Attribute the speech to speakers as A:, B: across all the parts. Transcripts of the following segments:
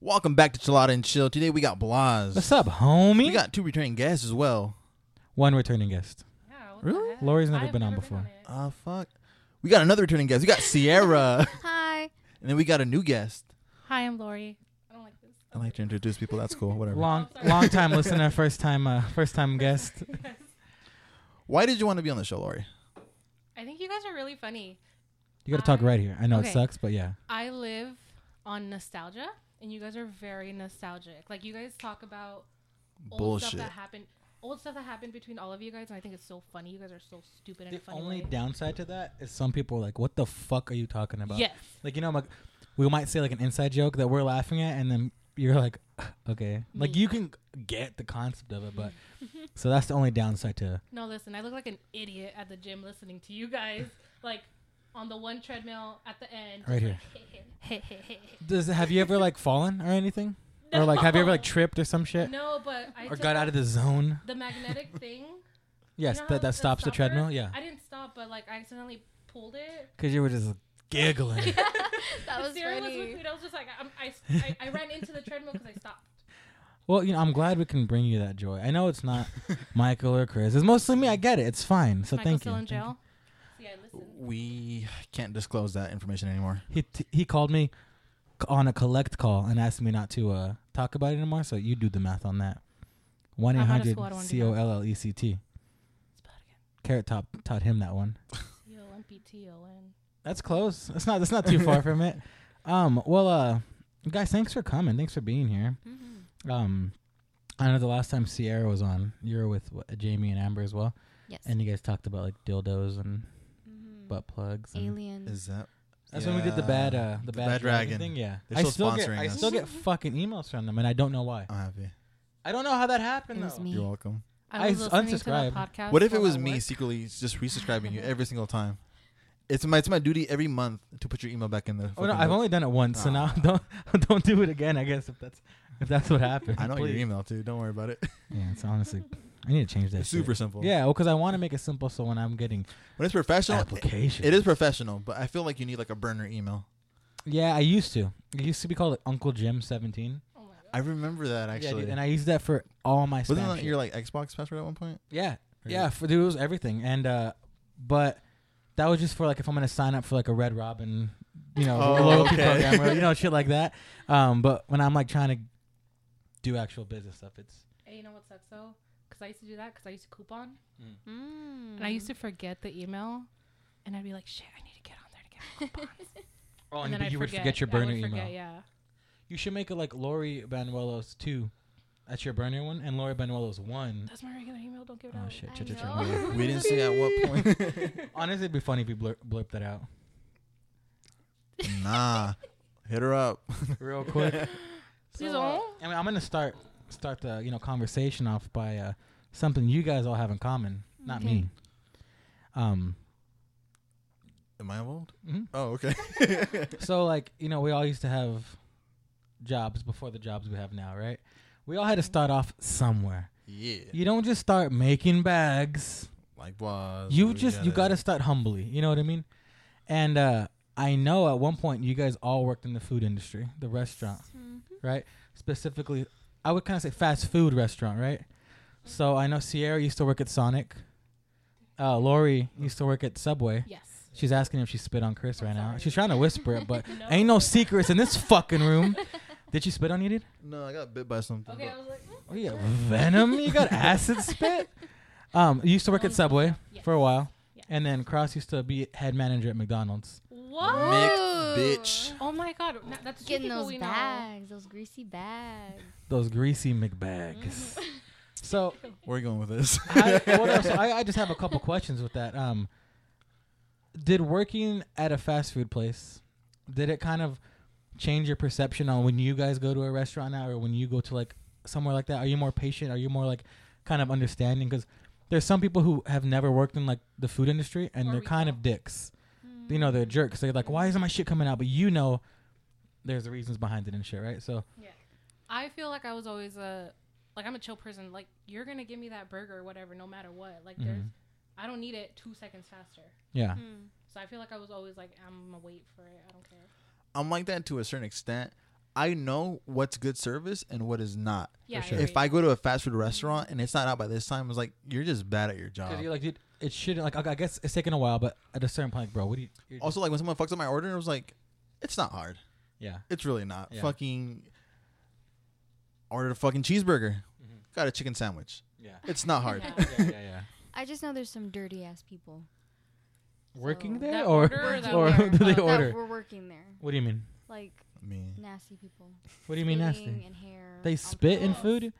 A: Welcome back to Chilada and Chill. Today we got Blas.
B: What's up, homie?
A: We got two returning guests as well.
B: one returning guest.
C: Yeah, what the
A: Really?
C: heck?
B: Lori's never
C: I've
B: been on
C: never
B: before.
C: it.
A: Ah, fuck. We got another returning guest. We got Sierra,
B: Uh,
D: Hi.
A: and then we got a new guest.
C: Hi, I'm Lori. I don't like this.
A: I like to introduce people. That's cool. Whatever.
B: Long,
C: sorry.
B: long time listener, first time, uh, first time guest.
A: Why did you want to be on the show, Lori?
C: I think you guys are really funny.
B: You got to talk
C: Um,
B: right here. I know it
C: okay.
B: sucks, but yeah.
C: I live on nostalgia, and you guys are very nostalgic. Like you guys talk about old
A: Bullshit.
C: stuff that happened, old stuff that happened between all of you guys, and I think it's so funny. You guys are so stupid and
B: The
C: funny.
B: only
C: way.
B: downside to that is some people are like, "What the fuck are you talking about?"
C: yes,
B: Like you know, I'm like, we might say like an inside joke that we're laughing at, and then you're like, "Okay." Like
C: Me.
B: you can get the concept of it, but so that's the only downside to.
C: no, listen, I look like an idiot at the gym listening to you guys, like on the one treadmill at the end.
B: Right here.
C: here.
B: Does have you ever like fallen or anything, or like have you ever like tripped or some shit,
C: No, but I
B: or
C: took
B: got out of the zone?
C: the magnetic thing.
B: Yes,
C: You know
B: that
C: how
B: that
C: the
B: stops the
C: stopper?
B: treadmill. Yeah,
C: I didn't stop, but like I accidentally pulled it.
B: because you were just giggling.
D: That was
C: Sarah was with
D: funny.
C: me. and I was just like, I'm, I, I, I ran into the treadmill because I stopped.
B: Well, you know, I'm glad we can bring you that joy. I know it's not Michael or Chris. It's mostly me. I get it. It's fine. So
C: Michael's
B: thank
C: still
B: you.
C: in
B: Thank
C: jail. See, I listened.
A: We can't disclose that information anymore.
B: you. He t- he called me c- on a collect call and asked me not to uh, talk about it anymore. So you do the math on that. One eight
C: I'm out of
B: hundred
C: school, I don't wanna
B: C
C: do
B: O
C: that.
B: L L E C T. Carrot Top taught him that one.
C: C O M P T O N.
B: That's close. That's not. That's not too far from it. Um. Well. Uh. Guys, thanks for coming. Thanks for being here.
C: Mm-hmm.
B: Um. I know the last time Sierra was on, you were with what, Jamie and Amber as well,
D: Yes.
B: and you guys talked about like dildos and
C: Mm-hmm.
D: Mhm.
B: butt plugs. and-
D: Alien.
A: Is that?
B: That's when we did the bad,
A: Yeah.
B: uh, the, bad, dragon, thing. Yeah,
A: They're
B: I
A: still
B: still get,
A: sponsoring
B: I
A: us.
B: still get fucking emails from them, and I don't know why.
A: I'm happy.
B: I don't know how that happened.
D: It was
B: though.
D: me.
A: You're welcome.
B: I
C: I was
B: s-
C: listening to
B: unsubscribed.
C: that podcast.
A: What if it
C: while
A: was
C: I
A: me
C: worked.
A: secretly just resubscribing you every single time? It's my it's my duty every month to put your email back in the.
B: Oh no,
A: fucking
B: I've
A: book.
B: only done it once, so now don't don't do it again. I guess if that's if that's what happened.
A: I know your
B: Please.
A: email too. Don't worry about it.
B: Yeah, it's honestly, I need to change that.
A: It's super
B: shit.
A: simple.
B: Yeah, well, because I want to make it simple, so when I'm getting
A: When it's professional, it-
B: application,
A: it is professional, but I feel like you need like a burner email.
B: Yeah, I used to. It used to be called Uncle Jim Seventeen.
C: Oh my God.
A: I remember that
B: yeah,
A: actually.
B: dude, and I used that for all my
A: Wasn't
B: spam
A: that
B: shit.
A: your like Xbox password at one point?
B: Yeah,
A: Or
B: yeah, for dude, it was everything, and uh, but that was just for like if I'm gonna sign up for like a Red Robin, you know,
A: Oh,
B: loyalty
A: okay.
B: program, or, you know, shit like that. Um, but when I'm like trying to do actual business stuff, it's
C: Hey, you know what sucks though? Because I used to do that because I used to coupon
D: Mm.
C: and I used to forget the email, and I'd be like, shit, I need to get on there to get.
B: oh,
C: and then I'd
B: you would forget your
C: I would
B: burner email.
C: forget, Yeah.
B: You should make it like Lori Banuelos two, that's your burner one, and Lori Banuelos one.
C: That's my regular email. Don't give it
B: Oh
C: out.
B: shit!
D: I
B: Cha-cha-cha.
D: know.
B: Yeah.
A: We didn't say at what point.
B: Honestly, it'd be funny if you blur- blurp that out
A: nah, hit her up.
B: real quick.
C: Please
B: uh,
C: don't.
B: I mean, I'm gonna start start the you know conversation off by uh, something you guys all have in common, not
D: Okay.
B: me. Um,
A: Am I involved?
B: mhm.
A: Oh, okay.
B: so like you know, we all used to have jobs before the jobs we have now, right? We all had to start off somewhere.
A: Yeah,
B: You don't just start making bags.
A: like blah.
B: You just you gotta start humbly. You know what I mean? And uh, I know at one point you guys all worked in the food industry, the restaurant.
D: Mm-hmm.
B: right? Specifically, I would kind of say fast food restaurant, right? So I know Sierra used to work at Sonic. Uh, Lori used to work at Subway.
C: Yes.
B: She's asking if she spit on Chris right now.
C: sorry.
B: She's trying to whisper it, but
C: No.
B: ain't no secrets in this fucking room. Did she spit on you, dude?
A: No, I got bit by something.
C: Okay, I
A: but-
C: was like,
B: Oh, you got venom? You got acid spit? Um, you used to work at Subway
C: Yes.
B: for a while,
C: Yeah.
B: and then Cross used to be head manager at McDonald's.
C: what?
A: Mick, bitch.
C: Oh my god, na- that's two
D: Getting
C: people
D: those
C: we know.
D: bags, those greasy bags.
B: Those greasy
C: Mm-hmm.
B: McBags. So
A: Where are you going with this?
B: I, what else? I, I just have a couple questions with that. Um, did working at a fast food place did it kind of change your perception on when you guys go to a restaurant now, or when you go to like somewhere like that? Are you more patient? Are you more like kind of understanding? Because there's some people who have never worked in like the food industry and
C: Or
B: they're kind of dicks. You know, they're jerks. They're like, why isn't my shit coming out? But you know, there's reasons behind it and shit, right? So
C: I feel like I was always a like I'm a chill person. Like you're gonna give me that burger or whatever, no matter what. Like there's, I don't need it two seconds faster.
B: yeah,
D: Mm-hmm.
C: Mm-hmm. So I feel like I was always like I'm gonna wait for it. I don't care.
A: I'm like that to a certain extent. I know what's good service and what is not.
C: Yeah,
B: sure.
A: If I go to a fast food restaurant and it's not out by this time, it's like you're just bad at your job.
B: Because you're like, dude, it shouldn't. Like, I I guess it's taking a while, but at a certain point, like, bro, what do you? you're-
A: also, like when someone fucks up my order, it was like, it's not hard.
B: yeah,
A: It's really not.
B: Yeah.
A: Fucking ordered a fucking cheeseburger. Got a chicken sandwich.
B: yeah,
A: It's not hard.
C: Yeah.
B: yeah, yeah, yeah.
D: I just know there's some dirty ass people.
B: Working
D: So
B: there,
C: that
B: or
C: order or that
B: or
C: order?
B: do they
C: Oh,
B: order?
D: That were working there,
B: What do you mean?
D: like
A: I mean,
D: nasty people.
B: What do you mean
D: Spitting
B: nasty?
D: And hair
B: They
D: on
B: spit in
D: clothes.
B: food.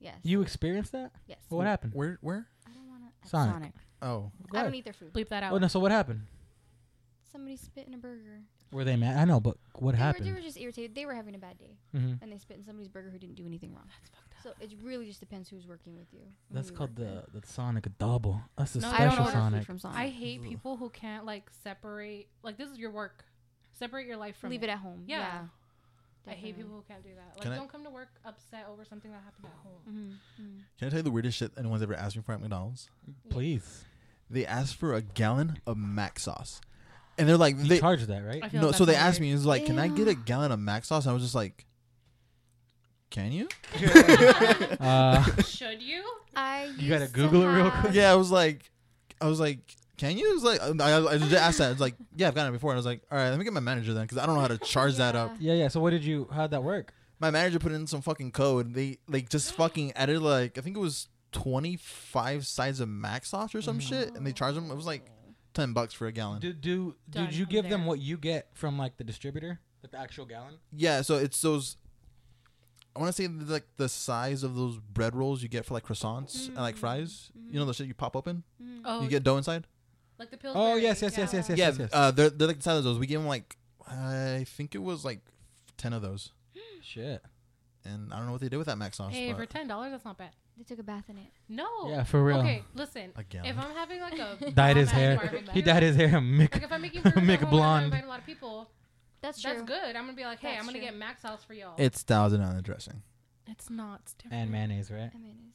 D: Yes.
B: You experienced that?
D: Yes.
B: What happened?
A: where? Where?
D: I don't want to.
B: Sonic.
D: Sonic.
A: Oh,
B: Go
D: I
B: ahead.
D: don't eat their food.
C: bleep that out.
B: Oh no! So what happened?
D: Somebody spit in a burger.
B: Were they mad? I know, but what
D: they,
B: happened?
D: Were, they were just irritated. They were having a bad day,
B: hmm
D: and they spit in somebody's burger who didn't do anything wrong.
C: That's fucked up.
D: So it really just depends who's working with you. and who
B: That's
D: you
B: called
D: work with.
B: the the Sonic double. That's the
C: No,
D: Mm. I don't
B: special
D: order
B: Sonic.
D: food from Sonic.
C: I hate people who can't like separate. Like this is your work. Separate your life from.
D: leave it at home.
C: Yeah.
D: Yeah.
C: I hate people who can't do that. Like
A: Can I-
C: don't come to work upset over something that happened at home.
D: hmm
A: can I tell you the weirdest shit anyone's ever asked me for at McDonald's?
B: Please,
A: They asked for a gallon of mac sauce, and they're like,
B: you
A: they,
B: charge that right?
C: I feel
A: no.
C: like
A: So
C: that's
A: they
C: not
A: asked
C: weird.
A: me, it was like, can I get a
D: Ew.
A: gallon of mac sauce? And I was just like, can you?
B: Uh,
C: Should you?
D: I
B: You gotta
D: used
B: Google it
D: to
B: real
D: have-
B: quick.
A: yeah, I was like, I was like, can you? It was like, I, I, I just asked that. I was like, yeah, I've gotten it before. And I was like, all right, let me get my manager then, because I don't know how to charge that up.
D: Yeah.
B: yeah, yeah. So what did you? How'd that work?
A: my manager put in some fucking code. They like just fucking added like I think it was twenty five sides of mac sauce or some shit, and they
C: Mm.
A: charged them. It was like ten bucks for a gallon.
B: Do do
C: Done.
B: did you
C: I'm
B: give them
C: there.
B: what you get from like the distributor, like the actual gallon?
A: Yeah, so it's those. I want to say like the size of those bread rolls you get for like croissants and like fries. You know the shit you pop open,
C: Mm-hmm.
D: Mm-hmm.
C: Oh,
A: you get dough inside.
C: like the pills.
B: Oh yes, yes, yes, yes, yes,
A: yeah,
B: yes. yes.
A: Uh, they're they're like the size of those. We gave them like I think it was like ten of those,
B: Shit.
A: and I don't know what they did with that mac sauce.
C: Hey,
A: but
C: for ten dollars, that's not bad.
D: They took a bath in it.
C: No.
B: Yeah, for real.
C: Okay, listen.
A: a gallon.
C: If I'm having like a
B: Dyed his
C: bomb-ass
B: hair.
C: barbecue,
B: He dyed his hair. Mick.
C: Like if I'm making burgers
B: Mick
C: at home and I'm
B: blonde.
C: inviting a lot of people.
D: That's true.
C: That's good. I'm gonna be like, hey,
D: That's
C: I'm gonna
D: true.
C: get mac sauce for y'all.
A: it's thousand on the dressing.
C: it's not. It's different.
B: And mayonnaise, right?
D: I mean, it's-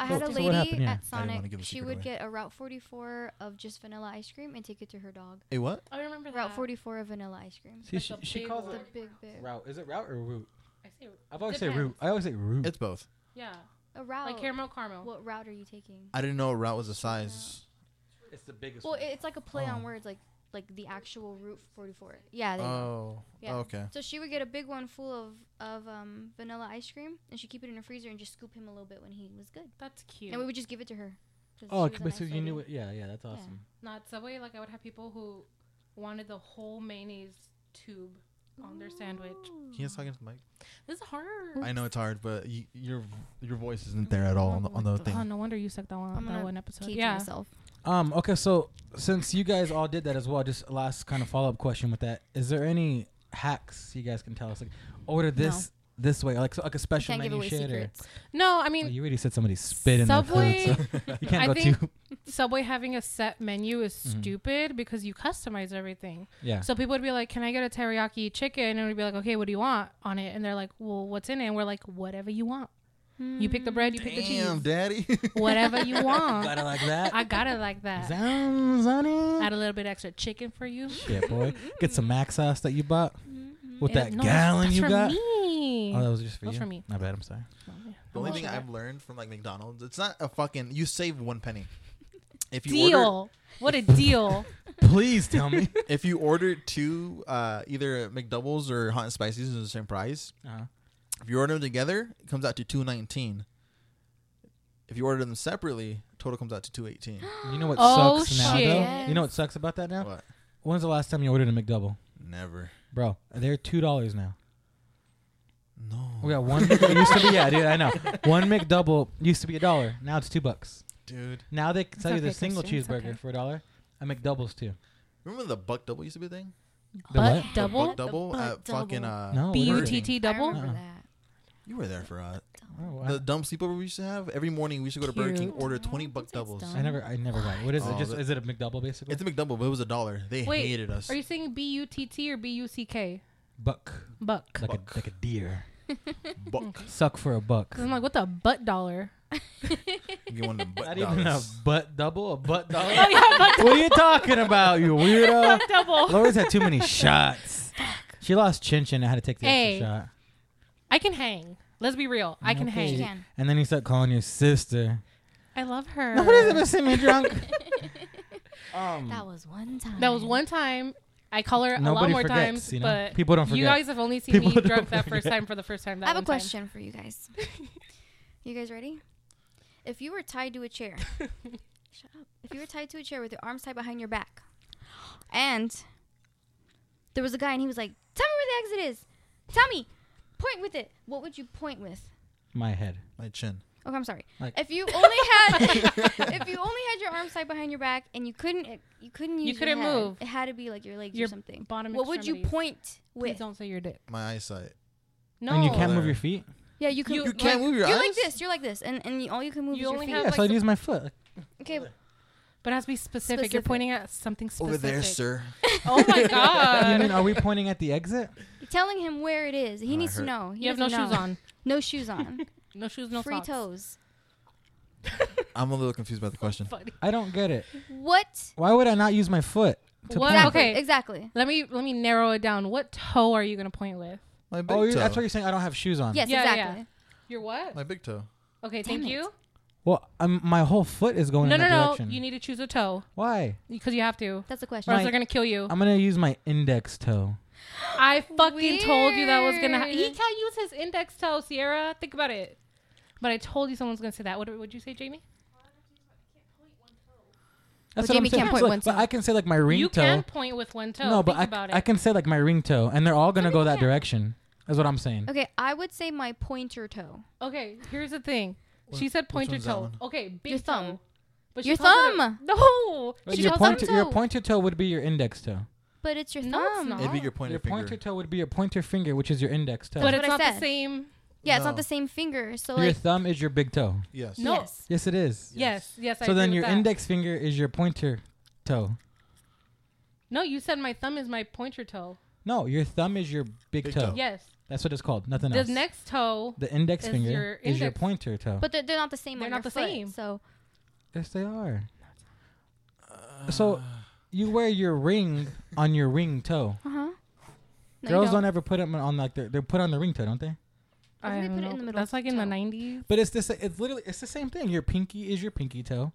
D: I
B: So-
D: had a
B: so what
D: lady
B: happened? Yeah. I
D: at
A: didn't wanna
D: Sonic.
A: give the
D: She
A: secret
D: would
A: away.
D: get a Route 44 of just vanilla ice cream and take it to her dog.
A: Hey, what?
C: I Oh, remember that.
D: Route 44 of vanilla ice cream.
B: See,
C: Like
B: she,
C: the
B: she
C: big
B: calls
C: one.
D: The
B: it
D: big, big.
B: route. Is it route or root?
C: I say,
B: I've always say
C: Depends.
B: root. I always say root.
A: It's both.
C: yeah,
D: A route.
C: like caramel caramel.
D: What route are you taking?
A: I didn't know route was a size.
B: It's the biggest.
D: Well, it's like a play
A: Oh.
D: on words, like like the actual Route 44. Yeah. There you go.
A: Oh,
D: Yeah.
A: okay.
D: So she would get a big one full of of um, vanilla ice cream, and she'd keep it in her freezer and just scoop him a little bit when he was good,
C: That's cute.
D: and we would just give it to her. 'cause
B: oh,
D: she was a
B: but
D: nice
B: so you
D: lady.
B: knew it. Yeah, yeah. That's awesome.
D: awesome.
C: Not Subway. Like I would have people who wanted the whole mayonnaise tube on their sandwich.
D: Ooh.
A: Can you talk into the mic?
C: This is hard.
A: I know it's hard, but y your your voice isn't there at all on the, on the
C: Oh,
A: thing.
C: no wonder you sucked that one.
D: I'm
C: that
D: gonna
C: one episode.
D: Cage
C: yeah.
D: myself.
B: Um. Okay. So since you guys all did that as well, just a last kind of follow up question with that: Is there any hacks you guys can tell us? Like, order this this way, like so, like a
D: You
B: special
D: can't give
B: menu
D: away
B: shit, or
D: secrets.
C: No, I
B: Oh,
C: mean
B: you already said somebody spit in their food,
C: Subway.
B: so you can't
C: I
B: go
C: think-
B: too.
C: Subway having a set menu is
B: Mhm.
C: stupid because you customize everything.
B: Yeah.
C: So people would be like, "Can I get a teriyaki chicken?" And we'd be like, "Okay, what do you want on it?" And they're like, "Well, what's in it?" And we're like, "Whatever you want. You pick the bread, you pick
B: Mm.
C: the
A: Damn,
C: cheese,
A: daddy.
C: whatever you want.
B: Gotta like that.
C: I got it like that.
B: Sounds honey.
C: Add a little bit extra chicken for you.
B: Yeah, boy. Get some mac sauce that you bought
D: Mm-hmm.
B: with
C: And
B: that
C: it- no, that's-
B: gallon
C: that's
B: you
C: for
B: got.
C: Me.
B: Oh, that was just for
C: That was
B: you.
C: for me.
B: My bad. I'm sorry.
A: the only thing I've learned from like McDonald's, it's not a fucking. You save one penny. If you
C: deal.
A: order,
C: what a deal.
B: Please tell me.
A: if you order two, uh, either McDoubles or hot and spices is the same price.
B: uh-huh.
A: If you order them together, it comes out to two nineteen. If you order them separately, total comes out to two eighteen.
B: You know what
C: Oh,
B: sucks now?
C: shit.
B: Though? You know what sucks about that now?
A: what?
B: When's the last time you ordered a McDouble,
A: Never.
B: bro? They're two dollars now. We
A: No,
B: got one. Mc- it used to be yeah, dude. I know. One McDouble used to be a dollar. Now it's two bucks.
A: dude.
B: Now they can sell you
C: okay,
B: the single
C: Christian, it's
B: cheeseburger
C: okay.
B: for a dollar. A McDouble's too.
A: Remember the buck double used to be a thing?
B: The what?
C: Butt
A: The
C: double.
A: buck double
D: buck
A: at fucking
D: double.
A: uh.
B: No, what
C: B
B: is
C: U
B: it?
C: T T double.
B: remember. Uh-uh.
A: You were there for us.
B: Oh, wow.
A: The dumb sleepover we used to have every morning. We used to go to Burger King,
D: Cute.
A: order twenty buck
D: That's
A: doubles.
D: dumb.
B: I never, I never got it. What is it?
A: Oh,
B: Just
A: that-
B: is it a McDouble basically?
A: It's a McDouble, but it was a dollar. They
C: Wait,
A: hated us.
C: Are you saying B U T T or B U C K?
B: buck,
C: Buck.
B: like
A: Buck.
B: a like a deer.
A: buck.
B: Suck for a buck.
C: 'Cause I'm like, what the butt dollar?
A: You get one of them buck
B: Not even a
A: dollars.
B: butt double, a butt dollar.
C: oh yeah, butt
B: what are you talking about, you weirdo?
C: double.
B: Laura's had too many shots. She lost Chin Chin and had to take the
C: Hey.
B: extra shot.
C: I can hang. Let's be real. I can
B: Okay.
D: She
C: hang.
D: can.
B: And then he started calling your sister.
C: I love her.
B: Nobody's ever seen me drunk. um,
D: That was one time.
C: That was one time. I call her a lot
B: Nobody
C: more
B: forgets,
C: times,
B: you know?
C: but
B: People don't forget.
C: You guys have only seen
B: People
C: me
B: don't
C: drunk that first
B: forget.
C: time for the first time. That
D: I have a
C: one time.
D: question for you guys. you guys ready? If you were tied to a chair, shut up. If you were tied to a chair with your arms tied behind your back, and there was a guy and he was like, "Tell me where the exit is. Tell me. Point with it. What would you point with?"
B: my head.
A: My chin.
D: Okay, I'm sorry.
B: Like-
D: if you only had if you only had your arms tied behind your back and you couldn't you couldn't use
C: You
D: your
C: couldn't
D: head,
C: move.
D: It had to be like your legs
C: Your
D: or something.
C: bottom
D: What would you
C: extremities.
D: point
C: Please
D: with?
C: don't say your dick.
A: My eyesight.
C: No.
B: And you can't
A: Oh,
B: move
A: there.
B: your feet.
D: Yeah, you can.
C: You-
D: You,
C: You
A: can't move your
D: You're
A: eyes?
D: like this. You're like this, and and you, all you can move
C: You
D: is
C: only
D: your
C: have,
B: Yeah,
D: feet.
C: like,
B: so I'd
C: the-
B: use my foot.
D: okay,
C: But it has to be specific. You're
D: Specific.
C: pointing at something specific.
A: Over there, sir.
C: Oh my
B: you
C: god.
B: mean are we pointing at the exit?
D: you're telling him where it is.
B: Oh,
D: He
A: I
D: needs to
A: heard-
D: know. He
C: you have no
D: doesn't
C: shoes
D: know.
C: on.
D: No shoes on.
C: No shoes, no
D: Free
C: socks.
D: toes.
A: I'm a little confused about the question.
C: Funny.
B: I don't get it.
D: What?
B: Why would I not use my foot? to
C: What?
B: point?
D: Exactly.
C: Okay.
D: Exactly.
C: Let me let me narrow it down. What toe are you gonna point with?
A: My big
B: Oh, you're,
A: toe.
B: that's why you're saying I don't have shoes on.
D: Yes.
C: Yeah, yeah.
D: exactly.
C: Your what?
A: My big toe.
C: Okay,
D: Damn
C: thank
D: it.
C: you.
B: Well, um, my whole foot is going
C: No,
B: in
C: no,
B: that
C: no.
B: direction.
C: You need to choose a toe
B: Why?
C: because you have to,
D: That's the
C: or
D: question.
C: else
B: My-
C: they're gonna kill you.
B: I'm gonna use my index toe.
C: I fucking told you that was gonna. Ha- he
D: Weird.
C: can't use his index toe, Sierra. Think about it. But I told you someone's gonna say that. What would you say, Jamie?
B: That's
D: Well,
B: what I'm
D: Jamie
B: saying.
D: can't point
B: So, like,
D: one
B: but
D: toe.
B: I can say like my ring
C: you
B: toe.
C: can point with one toe.
B: no, but
C: Think
B: I,
C: about it.
B: I can say like my ring toe, and they're all gonna go that direction. Is what I'm saying.
D: Okay, I would say my pointer toe.
C: Okay, here's the thing. She
A: What-
C: said
A: which
C: point your
A: one's that
C: toe.
A: one?
C: Okay, big
D: Your
C: toe.
D: thumb.
C: But she
D: Your
C: calls it a-
D: thumb.
C: no.
B: But
D: She
B: your
D: calls it a
B: pointer, your
D: toe.
B: pointer toe would be your index toe.
D: But it's your
C: No, it's
D: thumb.
C: not.
A: It'd be
C: Oh.
A: your pointer
B: your
A: finger.
B: pointer toe would be your pointer finger, which is your index toe.
C: But
D: it-
C: it's
D: what I
C: not the
D: said.
C: same.
D: Yeah, it's
A: No.
D: not the same finger. So
B: your
D: like,
B: thumb is your big toe.
A: yes.
C: No.
D: Yes.
B: Yes, it is.
C: Yes. Yes. I
B: so then
C: agree
B: your
C: with that.
B: index finger is your pointer toe.
C: No, you said my thumb is my pointer toe.
B: No, your thumb is your big,
A: Big
B: toe.
A: toe.
C: Yes.
B: That's what it's called. Nothing
C: The
B: else.
C: next toe.
B: the index
C: is
B: finger
C: your
B: is your
C: index.
B: pointer toe.
D: but they're, they're not the same.
C: They're
D: on
C: not
D: your
C: the
D: foot,
C: same.
D: So
B: yes, they are.
A: Uh, Ah.
B: so you wear your ring on your ring toe.
D: uh huh.
B: Girls don't. ever put them on like they're, they're put on the ring toe, don't they?
D: I think
C: don't
D: they put it
C: know.
D: in the middle
C: That's like in the
D: toe.
C: 90s.
B: But it's this. It's literally it's the same thing. Your pinky is your pinky toe.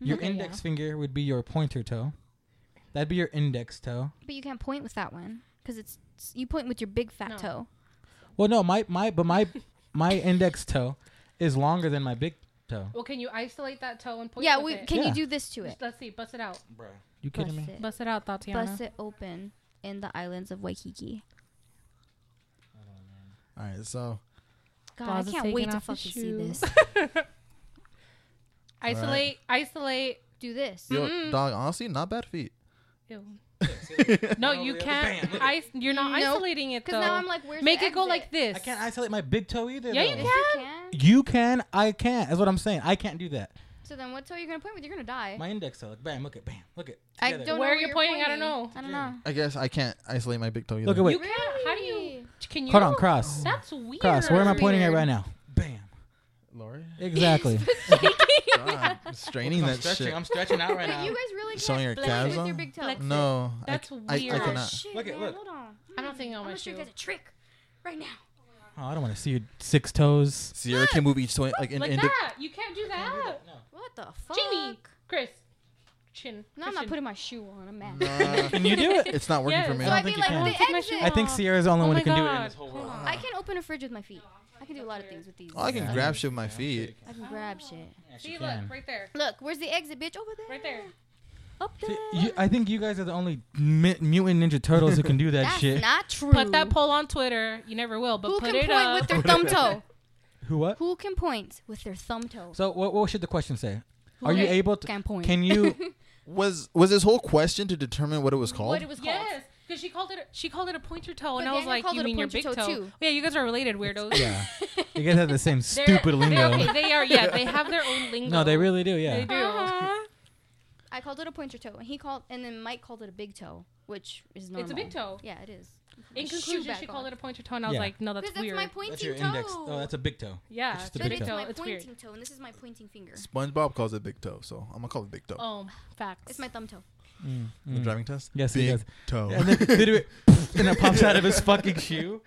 B: Your
D: Mm-hmm.
C: Okay,
B: index finger would be your pointer toe. That'd be your index toe.
D: But you can't point with that one because it's it's- you point with your big fat
C: No.
D: toe.
B: Well, no, my my but my my index toe is longer than my big toe.
C: Well, can you isolate that toe and point?
D: yeah,
C: with
D: we,
C: it?
D: can
B: Yeah.
D: you do this to it?
C: Just- Let's see. Bust it out.
B: You
D: Bust
B: kidding me?
D: it,
C: Bust it out, Tatiana.
D: bust it open in the islands of Waikiki.
A: All right, so
D: God,
C: Boz
D: I
C: is
D: can't
C: taking
D: wait to
C: off his
D: fucking see
C: shoe.
D: this.
C: Isolate. Isolate.
D: do this.
A: yo,
C: Mm-mm.
A: dog, honestly, not bad feet.
C: Ew. no, you can't. Is- you're not
D: Nope.
C: isolating it though.
D: Because now I'm like, where's
C: Make
D: the
C: it go
D: exit?
C: like this.
B: I can't isolate my big toe either.
C: Yeah, you
B: though.
D: Yes, you can.
B: You can. I can't. That's what I'm saying. I can't do that.
D: So then, what toe are you gonna point with? You're gonna die.
B: My index toe, like bam, look at bam, look at.
D: I
B: together.
D: don't
C: Where
D: know
C: are you
D: you're
C: pointing? I don't know.
D: I don't know.
A: I guess I can't isolate my big toe either.
B: Look at
C: You
B: wait.
C: can't. How do you? Can you?
B: Hold on, cross,
C: That's weird.
B: cross. Where am I
D: That's
B: pointing at
D: weird.
B: right now? Bam.
A: Lori.
B: Exactly.
A: God, I'm straining that shit.
B: stretching out right
D: But you guys really
A: Showing
D: can't
A: your
D: blend
A: calves
D: with
A: on?
D: your big toe.
C: Like-
A: no, I
C: That's
A: c- I, I,
C: weird.
D: Oh,
A: cannot.
D: shit,
B: Look at-
D: man,
B: look.
D: Hold on.
C: I don't think I'm
D: I'm
C: my
D: gonna show
C: shoe.
D: you guys a trick right now.
B: oh, I don't want to see your six toes.
A: Sierra can move each toe like in,
C: like
A: in
C: that. You can't do that.
D: What the fuck?
C: Jamie, Chris, Chin.
D: No, I'm not
C: Christian.
D: putting my shoe on. I'm mad.
A: the, Nah,
B: Can you do it?
A: it's not working
C: Yes.
A: for me.
D: So
B: I
D: I'd
B: think
D: be
B: you
D: like,
B: can.
D: the
C: I took my shoe
D: exit.
B: I think Sierra's the only
C: Oh
B: one
C: my
B: who can do it in this
C: God.
B: whole
C: Hold
B: world.
C: on.
D: I can open a fridge with my feet. I can do a lot of things with these.
A: Oh, I can
B: Yeah.
A: grab shit with my feet.
D: I can grab shit.
C: See, look right there,
D: Look, where's the exit, bitch? Over there.
C: right there.
D: Up there.
B: See, you, I think you guys are the only mi- mutant ninja turtles who can do that
D: That's
B: shit.
D: not true.
C: Put that poll on Twitter. You never will, but
D: Who
C: put
D: can
C: it
D: point
C: up.
D: with their thumb toe?
B: Who what?
D: Who can point with their thumb toe?
B: So what? What should the question say?
D: Who
B: Are you
D: can-
B: able to?
D: can point?
B: Can you?
A: Was was this whole question to determine what it was called?
D: What it was called?
C: Yes, because she called it. a- She called it a pointer toe, and
D: But
C: I was
D: Daniel
C: like,
D: called
C: "You
D: it a
C: mean your big
D: pointer
C: toe?"
D: toe, too.
C: Yeah, you guys are related, weirdos.
B: yeah. You guys have the same
C: They're-
B: stupid lingo.
C: They're, okay, they are. Yeah, they have their own lingo.
B: No, they really do.
C: They
B: Yeah.
C: do.
D: Uh-huh. I called it a pointer toe, and he called, and then Mike called it a big toe, which is normal.
C: It's a big toe.
D: Yeah, it is.
C: In
D: Shoe
C: conclusion, she
D: back
C: called
D: on.
C: it a pointer toe, and I was
B: Yeah.
C: like, "No, that's
D: Because that's
C: weird."
D: my pointing
B: That's your
D: toe.
B: index. Oh, that's a big toe.
C: yeah,
B: It's just a
D: but
B: big
D: it's
B: toe.
D: my
C: It's
D: pointing
C: weird.
D: toe, and this is my pointing finger.
A: SpongeBob calls it big toe, so I'm gonna call it big toe.
C: Oh, facts.
D: It's my thumb toe.
B: Mm,
A: The
B: mm.
A: driving test.
B: Yes, he
A: Big
B: does.
A: toe.
B: And then literally, and it pops out of his fucking shoe.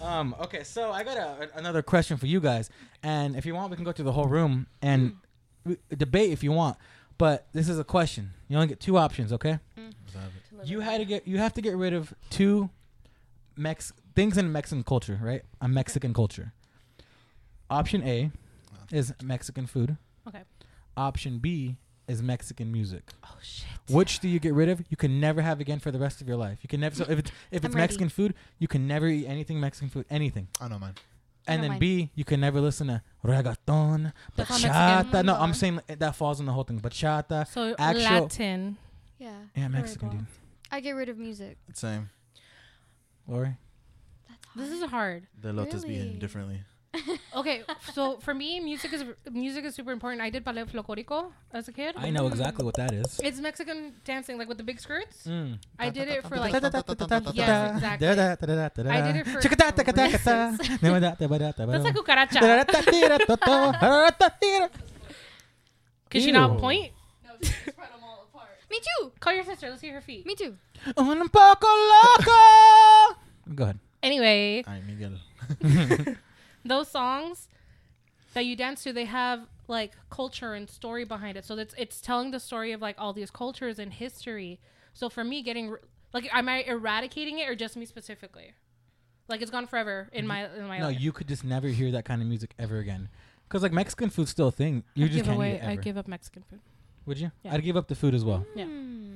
B: Um. Okay. So I got a, a- another question for you guys, and if you want, we can go through the whole room and
C: Mm.
B: we- debate if you want. But this is a question. You only get two options. Okay.
C: To live
B: You
C: it.
B: had to get. You have to get rid of two Mex things in Mexican culture, right? A Mexican culture. Option A is Mexican food.
C: Okay.
B: Option B is Mexican music.
C: Oh shit.
B: Which do you get rid of? You can never have again for the rest of your life. You can never. So if it's if
D: I'm
B: it's
D: ready.
B: Mexican food, you can never eat anything Mexican food, anything.
A: I know mine.
B: And then
D: Never mind.
B: B, you can never listen to reggaeton,
D: That's not
B: bachata.
D: Mexican.
B: No, I'm saying that falls in the whole thing. Bachata,
C: So
B: actual-
C: Latin.
D: Yeah.
B: yeah, Mexican dude.
D: I get rid of music.
A: Same.
B: Lori,
D: That's hard.
C: This is hard.
A: The lotus
D: Really?
A: being differently.
C: Okay, so for me, music is music is super important. I did ballet flocorico as a kid.
B: I know exactly what that is.
C: It's Mexican dancing, like with the big skirts.
B: Mm.
C: I did it for like Yes, exactly.
B: I
C: I did it for
B: That's
C: that's like cucaracha. Can she not point?
D: Me too.
C: Call your sister. Let's see her feet.
D: Me too.
B: Un poco loco. Go ahead.
C: Anyway,
A: Ay, Miguel.
C: those songs that you dance to, they have like culture and story behind it. So it's it's telling the story of like all these cultures and history. So for me, getting r- like, am I eradicating it or just me specifically? Like it's gone forever in my in my
B: No,
C: life.
B: you could just never hear that kind of music ever again. Cause like Mexican food's still a thing. You
C: I
B: just
C: give
B: can't
C: away.
B: eat it
C: I
B: ever.
C: give up Mexican food.
B: Would you?
C: Yeah.
B: I'd give up the food as well.
C: Yeah.
D: Hmm.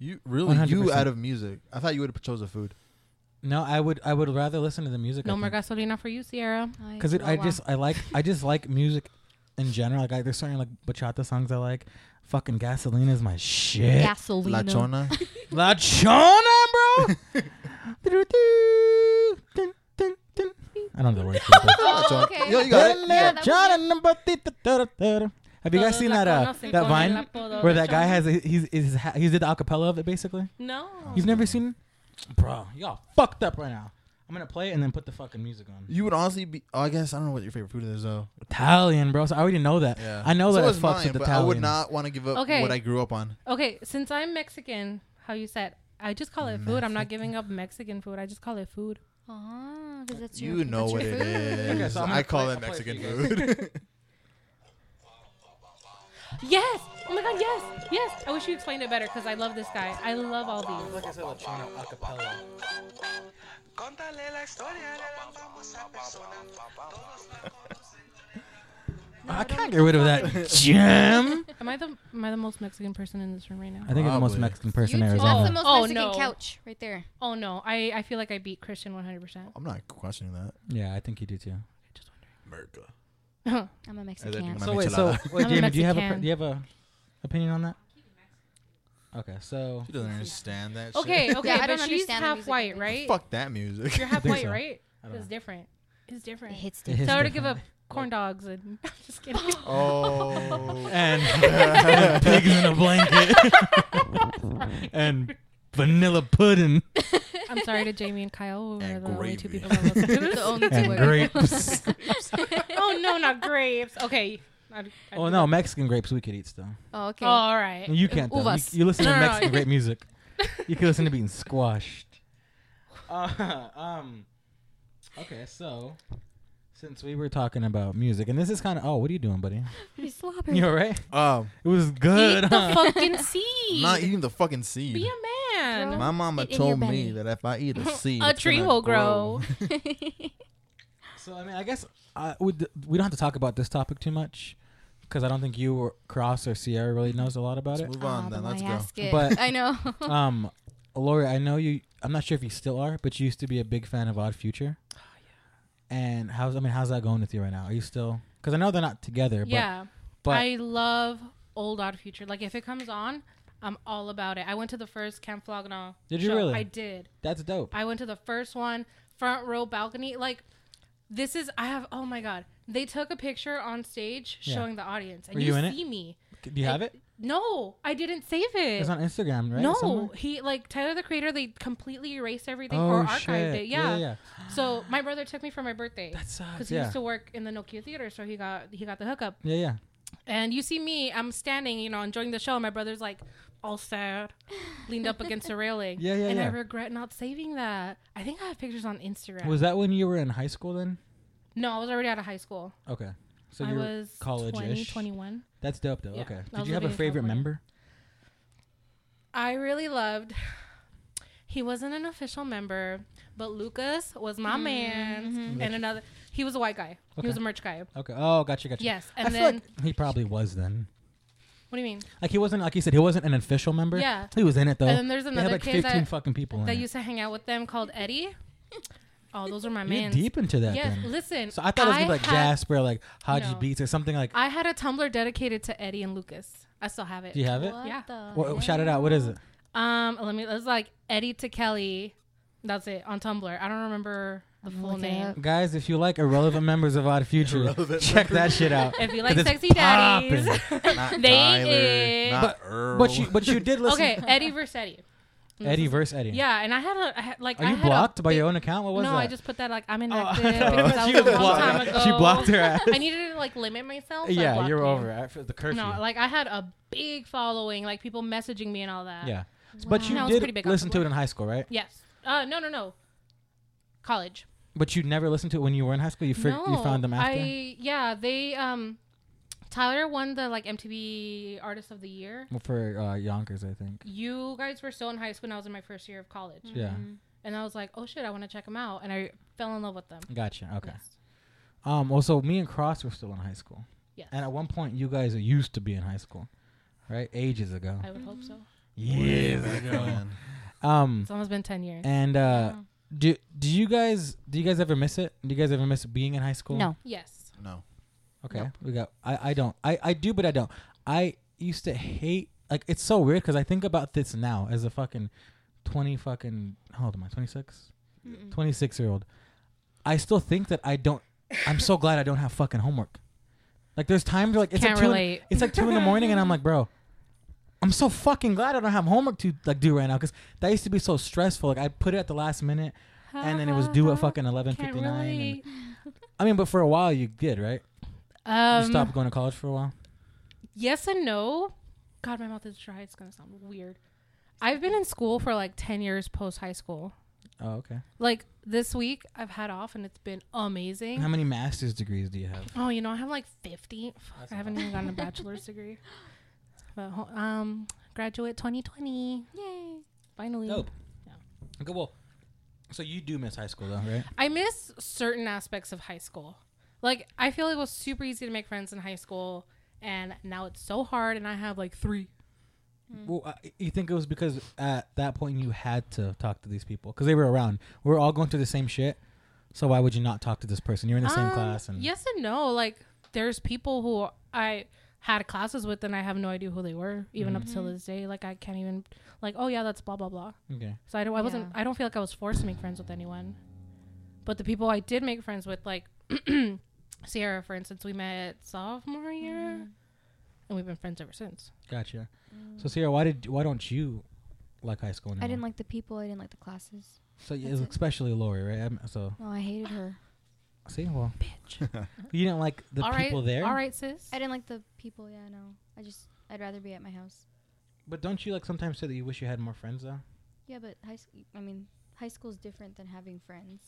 A: You really you
B: 100%.
A: out of music. I thought you would have chose the food.
B: No, I would. I would rather listen to the music.
C: No more gasolina for you, Sierra.
D: I-
B: Because
D: oh,
B: I
D: wow.
B: just I like I just like music in general. Like I, there's certain like bachata songs I like. Fucking gasoline is my shit.
D: gasoline.
A: La chona.
B: La Chona, bro. Doo-doo-doo. Dun, dun, dun. I don't know the word. for it,
A: La
D: Oh,
A: chona.
D: okay.
A: Yo, you got it. You
D: Yeah,
A: got
B: but-
D: that was
B: Chona number ti- ta- ta- ta- ta. Have you guys
C: Todos
B: seen
C: la
B: that uh,
C: conocen
B: that
C: con el
B: vine
C: apodo
B: where
C: de
B: that guy
C: Chona.
B: has a, he's he's ha- he did the acapella of it basically?
C: No.
B: You've never seen, Oh, bro? Y'all fucked up right now. I'm gonna play it and then put the fucking music on.
A: You would honestly be. Oh, I guess I don't know what your favorite food is though.
B: Italian, bro. So I already know that. I know
A: So
B: that it
A: is
B: fucks
A: mine,
B: with
A: but
B: Italian.
A: I would not want to give up
C: Okay.
A: what I grew up on.
C: Okay, since I'm Mexican, how you said I just call it food. I'm not giving up Mexican food. I just call it food.
D: Ah, 'cause that's your-
A: You know
D: that's
A: what
D: your
A: it
D: food.
A: is.
B: Okay, so I'm gonna
A: I call
B: play-
A: that
B: I'll play it for
A: Mexican
B: you
A: food.
C: Yes. Oh my god. Yes. Yes. I wish you explained it better because I love this guy. I love all these.
B: Like I said, La Chona acapella.
E: Contale la historia de la famosa persona. Todos la conocen.
B: I can't get rid of that gem.
C: Am I the am I the most Mexican person in this room right now?
B: I think I'm the most
A: Probably.
B: Mexican person
D: You
B: in
D: too.
B: Arizona.
D: That's the most
C: Oh,
D: Mexican
C: no.
D: couch right there.
C: Oh no. I I feel like I beat Christian 100. percent
A: I'm not questioning that.
B: Yeah, I think you do too.
C: Just wondering.
A: America.
D: I'm a
A: that
D: Mexican.
A: my-
B: So
A: Mami
B: wait, so
A: Chalada.
B: wait,
C: I'm a
B: Jamie, do you have a per-
C: Mexican.
B: do you have a opinion on that? Okay, so
A: She doesn't understand that.
C: Okay. Okay.
D: I
C: but
D: don't
C: she's
D: understand the
C: half
D: music
C: white,
D: thing.
A: Shit.
C: right?
A: Fuck that music.
C: You're half
B: think
C: white,
B: so.
C: right?
B: I don't
C: It's
B: know.
C: different. It's
D: It
C: different.
D: hits
B: It hits
C: Tell her to
B: different.
C: give up corn dogs and I'm just kidding.
A: oh.
B: and pigs in a blanket and vanilla pudding
C: I'm sorry to Jamie and Kyle. who are
A: And
C: the only two
A: gravy.
C: people that listen to
D: the
C: this.
D: only two
B: and
D: words.
B: grapes.
C: oh no, not grapes. Okay. I, I
B: oh no, Mexican grapes we could eat still.
D: Oh, okay.
C: Oh, all right.
B: You can't. Though. You,
D: Uvas.
B: you listen to
C: No, no, no.
B: Mexican grape music. You can listen to being squashed. Uh, um. Okay, so since we were talking about music, and this is kind of oh, what are you doing, buddy?
D: He's slobbering.
B: You all right?
A: Um,
B: It was
C: Eat
B: good.
C: the
B: huh?
C: fucking seed.
A: not eating the fucking seed.
C: Be a man.
D: Grow
A: My mama
D: it in
A: told
D: your
A: me
D: belly.
A: that if I eat a seed,
C: A
A: it's
C: tree
A: gonna
C: will grow.
B: So I mean, I guess uh, we d- we don't have to talk about this topic too much because I don't think you or Cross or Sierra really knows a lot about
A: Let's
B: it.
A: move
D: Oh,
A: on then. Let's go.
B: But-
D: But I know.
B: Um, Lori, I know you. I'm not sure if you still are, but you used to be a big fan of Odd Future.
C: Ah,
B: And how's I mean, how's that going with you right now? Are you still? Because I know they're not together. But,
C: yeah.
B: But
C: I love old Odd Future. Like if it comes on, I'm all about it. I went to the first Camp Flogna.
B: Did you
C: show.
B: really?
C: I did.
B: that's dope.
C: I went to the first one, front row balcony. Like this is I have oh my god. They took a picture on stage
B: Yeah.
C: showing the audience and
B: Were
C: you,
B: you in it?
C: see me.
B: C- Do you have it?
C: No, I didn't save it.
B: It's on Instagram, right?
C: no,
B: Somewhere?
C: he like Tyler the Creator. They completely erased everything
B: Oh
C: or archived
B: shit!
C: it. Yeah.
B: yeah, yeah.
C: So my brother took me for my birthday
B: That sucks.
C: because he
B: Yeah.
C: used to work in the Nokia Theater, so he got he got the hookup.
B: yeah, yeah.
C: And you see me, I'm standing, you know, enjoying the show. My brother's like all sad, leaned up against a railing.
B: Yeah, yeah,
C: And I
B: yeah.
C: regret not saving that. I think I have pictures on Instagram.
B: Was that when you were in high school then?
C: no, I was already out of high school.
B: Okay. So
C: I
B: you're
C: was twenty,
B: college-ish.
C: twenty-one.
B: That's dope though.
C: Yeah,
B: okay.
C: I
B: Did
C: was
B: you have a
C: living in
B: favorite
C: California.
B: member?
C: I really loved. He wasn't an official member, but Lucas was my man. And another, he was a white guy. He
B: Okay.
C: was a merch guy.
B: Okay. Oh, gotcha, gotcha.
C: Yes,
B: I
C: and
B: feel
C: then-
B: like he probably was then.
C: What do you mean?
B: Like he wasn't like you said he wasn't an official member.
C: Yeah.
B: He was in it though.
C: And then there's
B: they
C: another
B: had like
C: kid
B: 15
C: that-
B: fucking people in
C: That
B: it.
C: used to hang out with them called Eddie. Oh, those are my
B: You're
C: man.
B: deep into that
C: Yes,
B: then.
C: listen.
B: So I thought it was gonna be like
C: had-
B: Jasper, like Haji
C: No.
B: Beats, or something like.
C: I had a Tumblr dedicated to Eddie and Lucas. I still have it.
B: do you have it?
C: Yeah.
B: Well, shout it out. What is it?
C: Um, let me. It was like Eddie to Kelly. That's it on Tumblr. I don't remember the
D: I'm
C: full
D: looking it
C: name.
D: up.
B: Guys, if you like irrelevant members of Odd Future,
A: Irrelevant
B: check that shit out.
C: If you
B: 'Cause
C: like
B: it's
C: sexy daddies,
B: poppin'.
A: Not
C: They
A: Tyler,
C: is-
A: not
B: But-
A: Earl.
B: but you, but you did listen.
C: okay, Eddie versus Eddie.
B: Eddie verse Eddie.
C: Yeah, and I had a I had, like.
B: Are
C: I
B: you
C: had a
B: blocked by
C: big-
B: your own account? What was
C: no,
B: that?
C: I just put that like I'm
B: Oh, I
C: inactive
B: thought
C: because that
B: you
C: was a long
B: blocked
C: time
B: her.
C: ago.
B: She blocked her ass.
C: I needed to like limit myself. so I
B: yeah,
C: blocked
B: you're
C: you.
B: over it. I feel the curfew.
C: No, like I had a big following, like people messaging me and all that.
B: yeah, but you
C: Wow. No, it's pretty
B: did
C: big
B: listen to
C: on
B: it in high school, right?
C: Yes. Uh, no, no, no. College.
B: But you never listened to it when you were in high school. You fig- you found them after.
C: I yeah, they um Tyler won the like MTV Artist of the Year.
B: Well, for uh, Yonkers, I think.
C: You guys were still in high school and I was in my first year of college.
B: Yeah,
C: And I was like, "Oh shit, I want to check them out." And I fell in love with them.
B: gotcha. Okay.
C: Yes.
B: Um. Well, so me and Cross were still in high school,
C: Yes.
B: and at one point you guys used to be in high school, right? Ages ago.
C: I would hope so.
B: Years ago.
A: Man.
B: um.
C: It's almost been 10 years.
B: And uh, do do you guys do you guys ever miss it? Do you guys ever miss being in high school?
D: No.
C: Yes.
A: No.
B: Okay, we got. I I don't. I I do, but I don't. I used to hate. Like it's so weird because I think about this now as a fucking twenty fucking. How old am I? Twenty six. Twenty six year old. I still think that I don't. I'm so glad I don't have fucking homework. Like there's times where, like it's
C: Can't
B: like two.
C: relate.
B: In, it's like two in the morning and I'm like, bro. I'm so fucking glad I don't have homework to like do right now because that used to be so stressful. Like I put it at the last minute and then it was due at fucking eleven
C: Uh-huh. Can't
B: fifty nine.
C: relate.
B: I mean, but for a while you did right.
C: Um,
B: you stopped going to college for a while.
C: Yes and no. God, my mouth is dry. It's going to sound weird. I've been in school for like 10 years post high school.
B: Oh, okay.
C: Like this week, I've had off and it's been amazing.
B: How many master's degrees do you have?
C: Oh, you know, I have like 50. Fuck, I haven't even gotten a bachelor's degree. But ho- um, graduate 2020.
D: Yay.
C: Finally.
B: Okay, well, so you do miss high school though, right?
C: I miss certain aspects of high school. Like, I feel it was super easy to make friends in high school. And now it's so hard. And I have like three. Hmm.
B: Well, I, you think it was because at that point you had to talk to these people because they were around. We were all going through the same shit. So why would you not talk to this person? You're in the same
C: Um,
B: class, and
C: yes and no. Like there's people who I had classes with, and I have no idea who they were, even up till this day. Like I can't even like, oh yeah, that's blah blah blah.
B: okay,
C: So I don't. I wasn't.
D: Yeah.
C: I don't feel like I was forced to make friends with anyone. But the people I did make friends with, like Sierra, for instance, we met sophomore year, and we've been friends ever since.
B: gotcha.
C: Mm.
B: So Sierra, why did why don't you like high school? Anymore?
D: I didn't like the people. I didn't like the classes.
B: So yeah,
D: that's it.
B: especially Lori, right? I'm, so
D: No, I hated her.
B: see, well,
C: Bitch.
B: you didn't like the
C: Uh-huh. All right,
B: people there,
C: All right, sis.
D: I didn't like the people. Yeah, no. I just I'd rather be at my house.
B: But don't you like sometimes say that you wish you had more friends though?
D: Yeah, but high school. I mean, high school is different than having friends.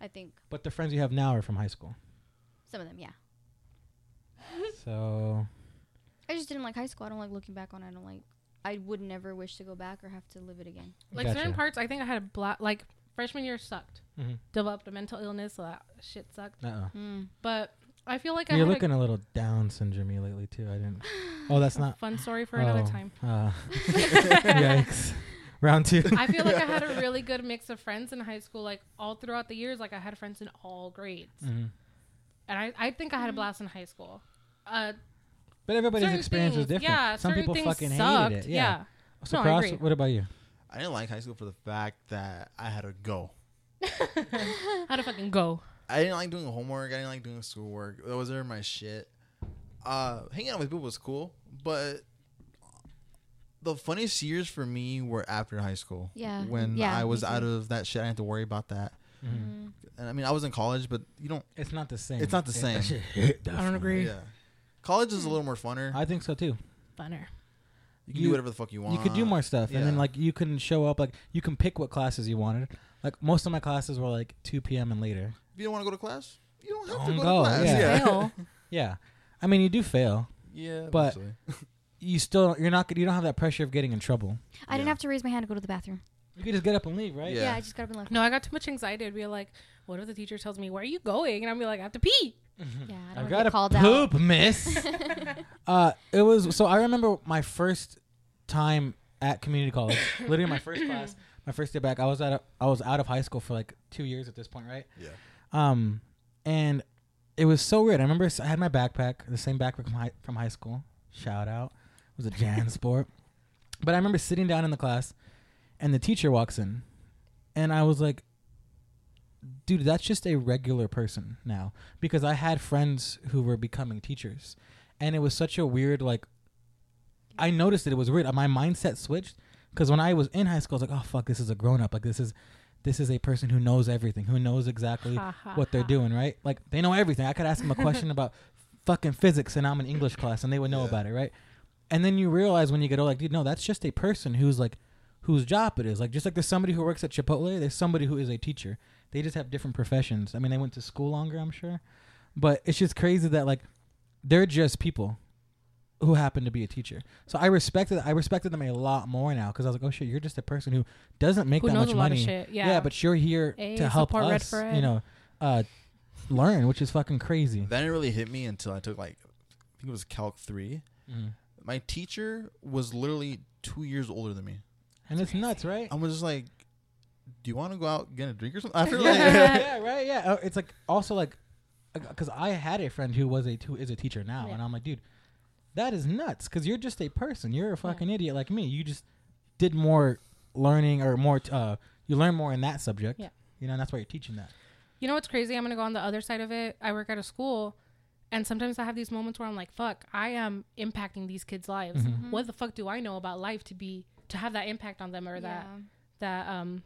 D: I think
B: But the friends you have now are from high school.
D: some of them. Yeah.
B: So
D: I just didn't like high school. I don't like looking back on. it. I don't like. I would never wish to go back or have to live it again.
C: Like certain parts, I think I had a black. Like freshman year sucked.
B: Mm-hmm.
C: Developed a mental illness, so that shit sucked.
B: Uh oh.
C: But I feel like I
B: You're
C: had a
B: looking a, little down syndrome lately too. I didn't. Oh, that's not.
C: fun story for another
B: oh,
C: time.
B: uh, yikes! Round two.
C: I feel like I had a really good mix of friends in high school, like all throughout the years. Like I had friends in all grades,
B: Mhm.
C: and I, I think I had a blast in high school. Uh,
B: But everybody's
C: certain
B: experience
C: things,
B: is different.
C: Yeah,
B: Some
C: certain
B: people
C: things
B: fucking
C: sucked.
B: hated it.
C: Yeah.
B: So
C: No, I
B: cross.
C: agree.
B: What about you?
A: I didn't like high school for the fact that I had to go.
C: how to fucking go?
A: I didn't like doing homework. I didn't like doing schoolwork. That was never my shit. Uh, hanging out with people was cool, but the funniest years for me were after high school.
D: Yeah.
A: When
D: Yeah,
A: I was
D: me too. Mm-hmm.
A: out of that shit, I didn't have to worry about that. And I mean, I was in college, but you don't.
B: It's not the same.
A: It's not the
B: It-
A: same.
B: that shit hit
C: I don't
B: different.
C: agree.
D: Mm.
A: Yeah. College is a little more funner.
B: I think so too.
C: Funner.
A: You can
B: You-
A: do whatever the fuck you want.
B: you could do more stuff and then
A: Yeah.
B: like you can show up like you can pick what classes you wanted like most of my classes were like 2 p.m and later
A: If you don't want to go to class, you don't have to
B: Don't
A: go,
B: go,
A: to class.
B: yeah.
A: Yeah,
C: Fail.
B: yeah i mean you do fail
A: Yeah,
B: But-
A: eventually.
B: you still you're not you don't have that pressure of getting in trouble
D: I didn't
A: Yeah.
D: have to raise my hand to go to the bathroom.
B: you could just get up and leave right
A: Yeah.
D: Yeah, I just got up and left.
C: No, I got too much anxiety. I'd be like, what if the teacher tells me, where are you going? And I'd be like, I have to pee.
D: Yeah, I
B: i've
D: don't
B: got
D: got
B: to
D: called
B: poop miss uh it was so i remember my first time at community college literally my first class my first day back i was at a, i was out of high school for like two years at this point right
A: Yeah.
B: Um, and it was so weird. I remember s- I had my backpack, the same backpack from high, from high school. Shout out. It was a Jan sport. But I remember sitting down in the class and the teacher walks in. And I was like, dude, that's just a regular person now. Because I had friends who were becoming teachers. And it was such a weird, like, I noticed that it was weird. My mindset switched. Because when I was in high school, I was like, oh, fuck, this is a grown up. Like, this is. This is a person who knows everything, who knows exactly
C: Ha, ha,
B: what they're
C: ha.
B: doing, right? Like they know everything. I could ask them a question about fucking physics, and I'm in English class, and they would know
A: Yeah.
B: about it, right? And then you realize when you get older, like, dude, no, that's just a person who's like, whose job it is. Like, just like there's somebody who works at Chipotle, there's somebody who is a teacher. They just have different professions. I mean, they went to school longer, I'm sure, but it's just crazy that like they're just people who happen to be a teacher. So I respected, I respected them a lot more now because I was like, oh shit, you're just a person who doesn't make
C: Who
B: that
C: knows
B: much
C: a lot
B: money.
C: of shit. Yeah.
B: Yeah. but you're here
C: Hey,
B: to help
C: support Red
B: us,
C: Fred.
B: you know, uh, learn, which is fucking crazy.
A: That didn't really hit me until I took like, I think it was Calc three. My teacher was literally two years older than me.
B: And it's nuts, right?
A: I was just like, "Do you want to go out and get a drink or something?" I feel like
B: yeah, yeah, right, yeah. Uh, It's like also like, because I had a friend who was a who is a teacher now,
C: Yeah.
B: and I'm like, dude, that is nuts. Because you're just a person. You're a fucking idiot like me. You just did more learning or more. T- uh, you learn more in that subject.
C: Yeah.
B: You know, and that's why you're teaching that.
C: You know what's crazy? I'm going to go on the other side of it. I work at a school, and sometimes I have these moments where I'm like, fuck, I am impacting these kids' lives.
B: Mm-hmm.
C: What the fuck do I know about life to be, to have that impact on them or that, that, um,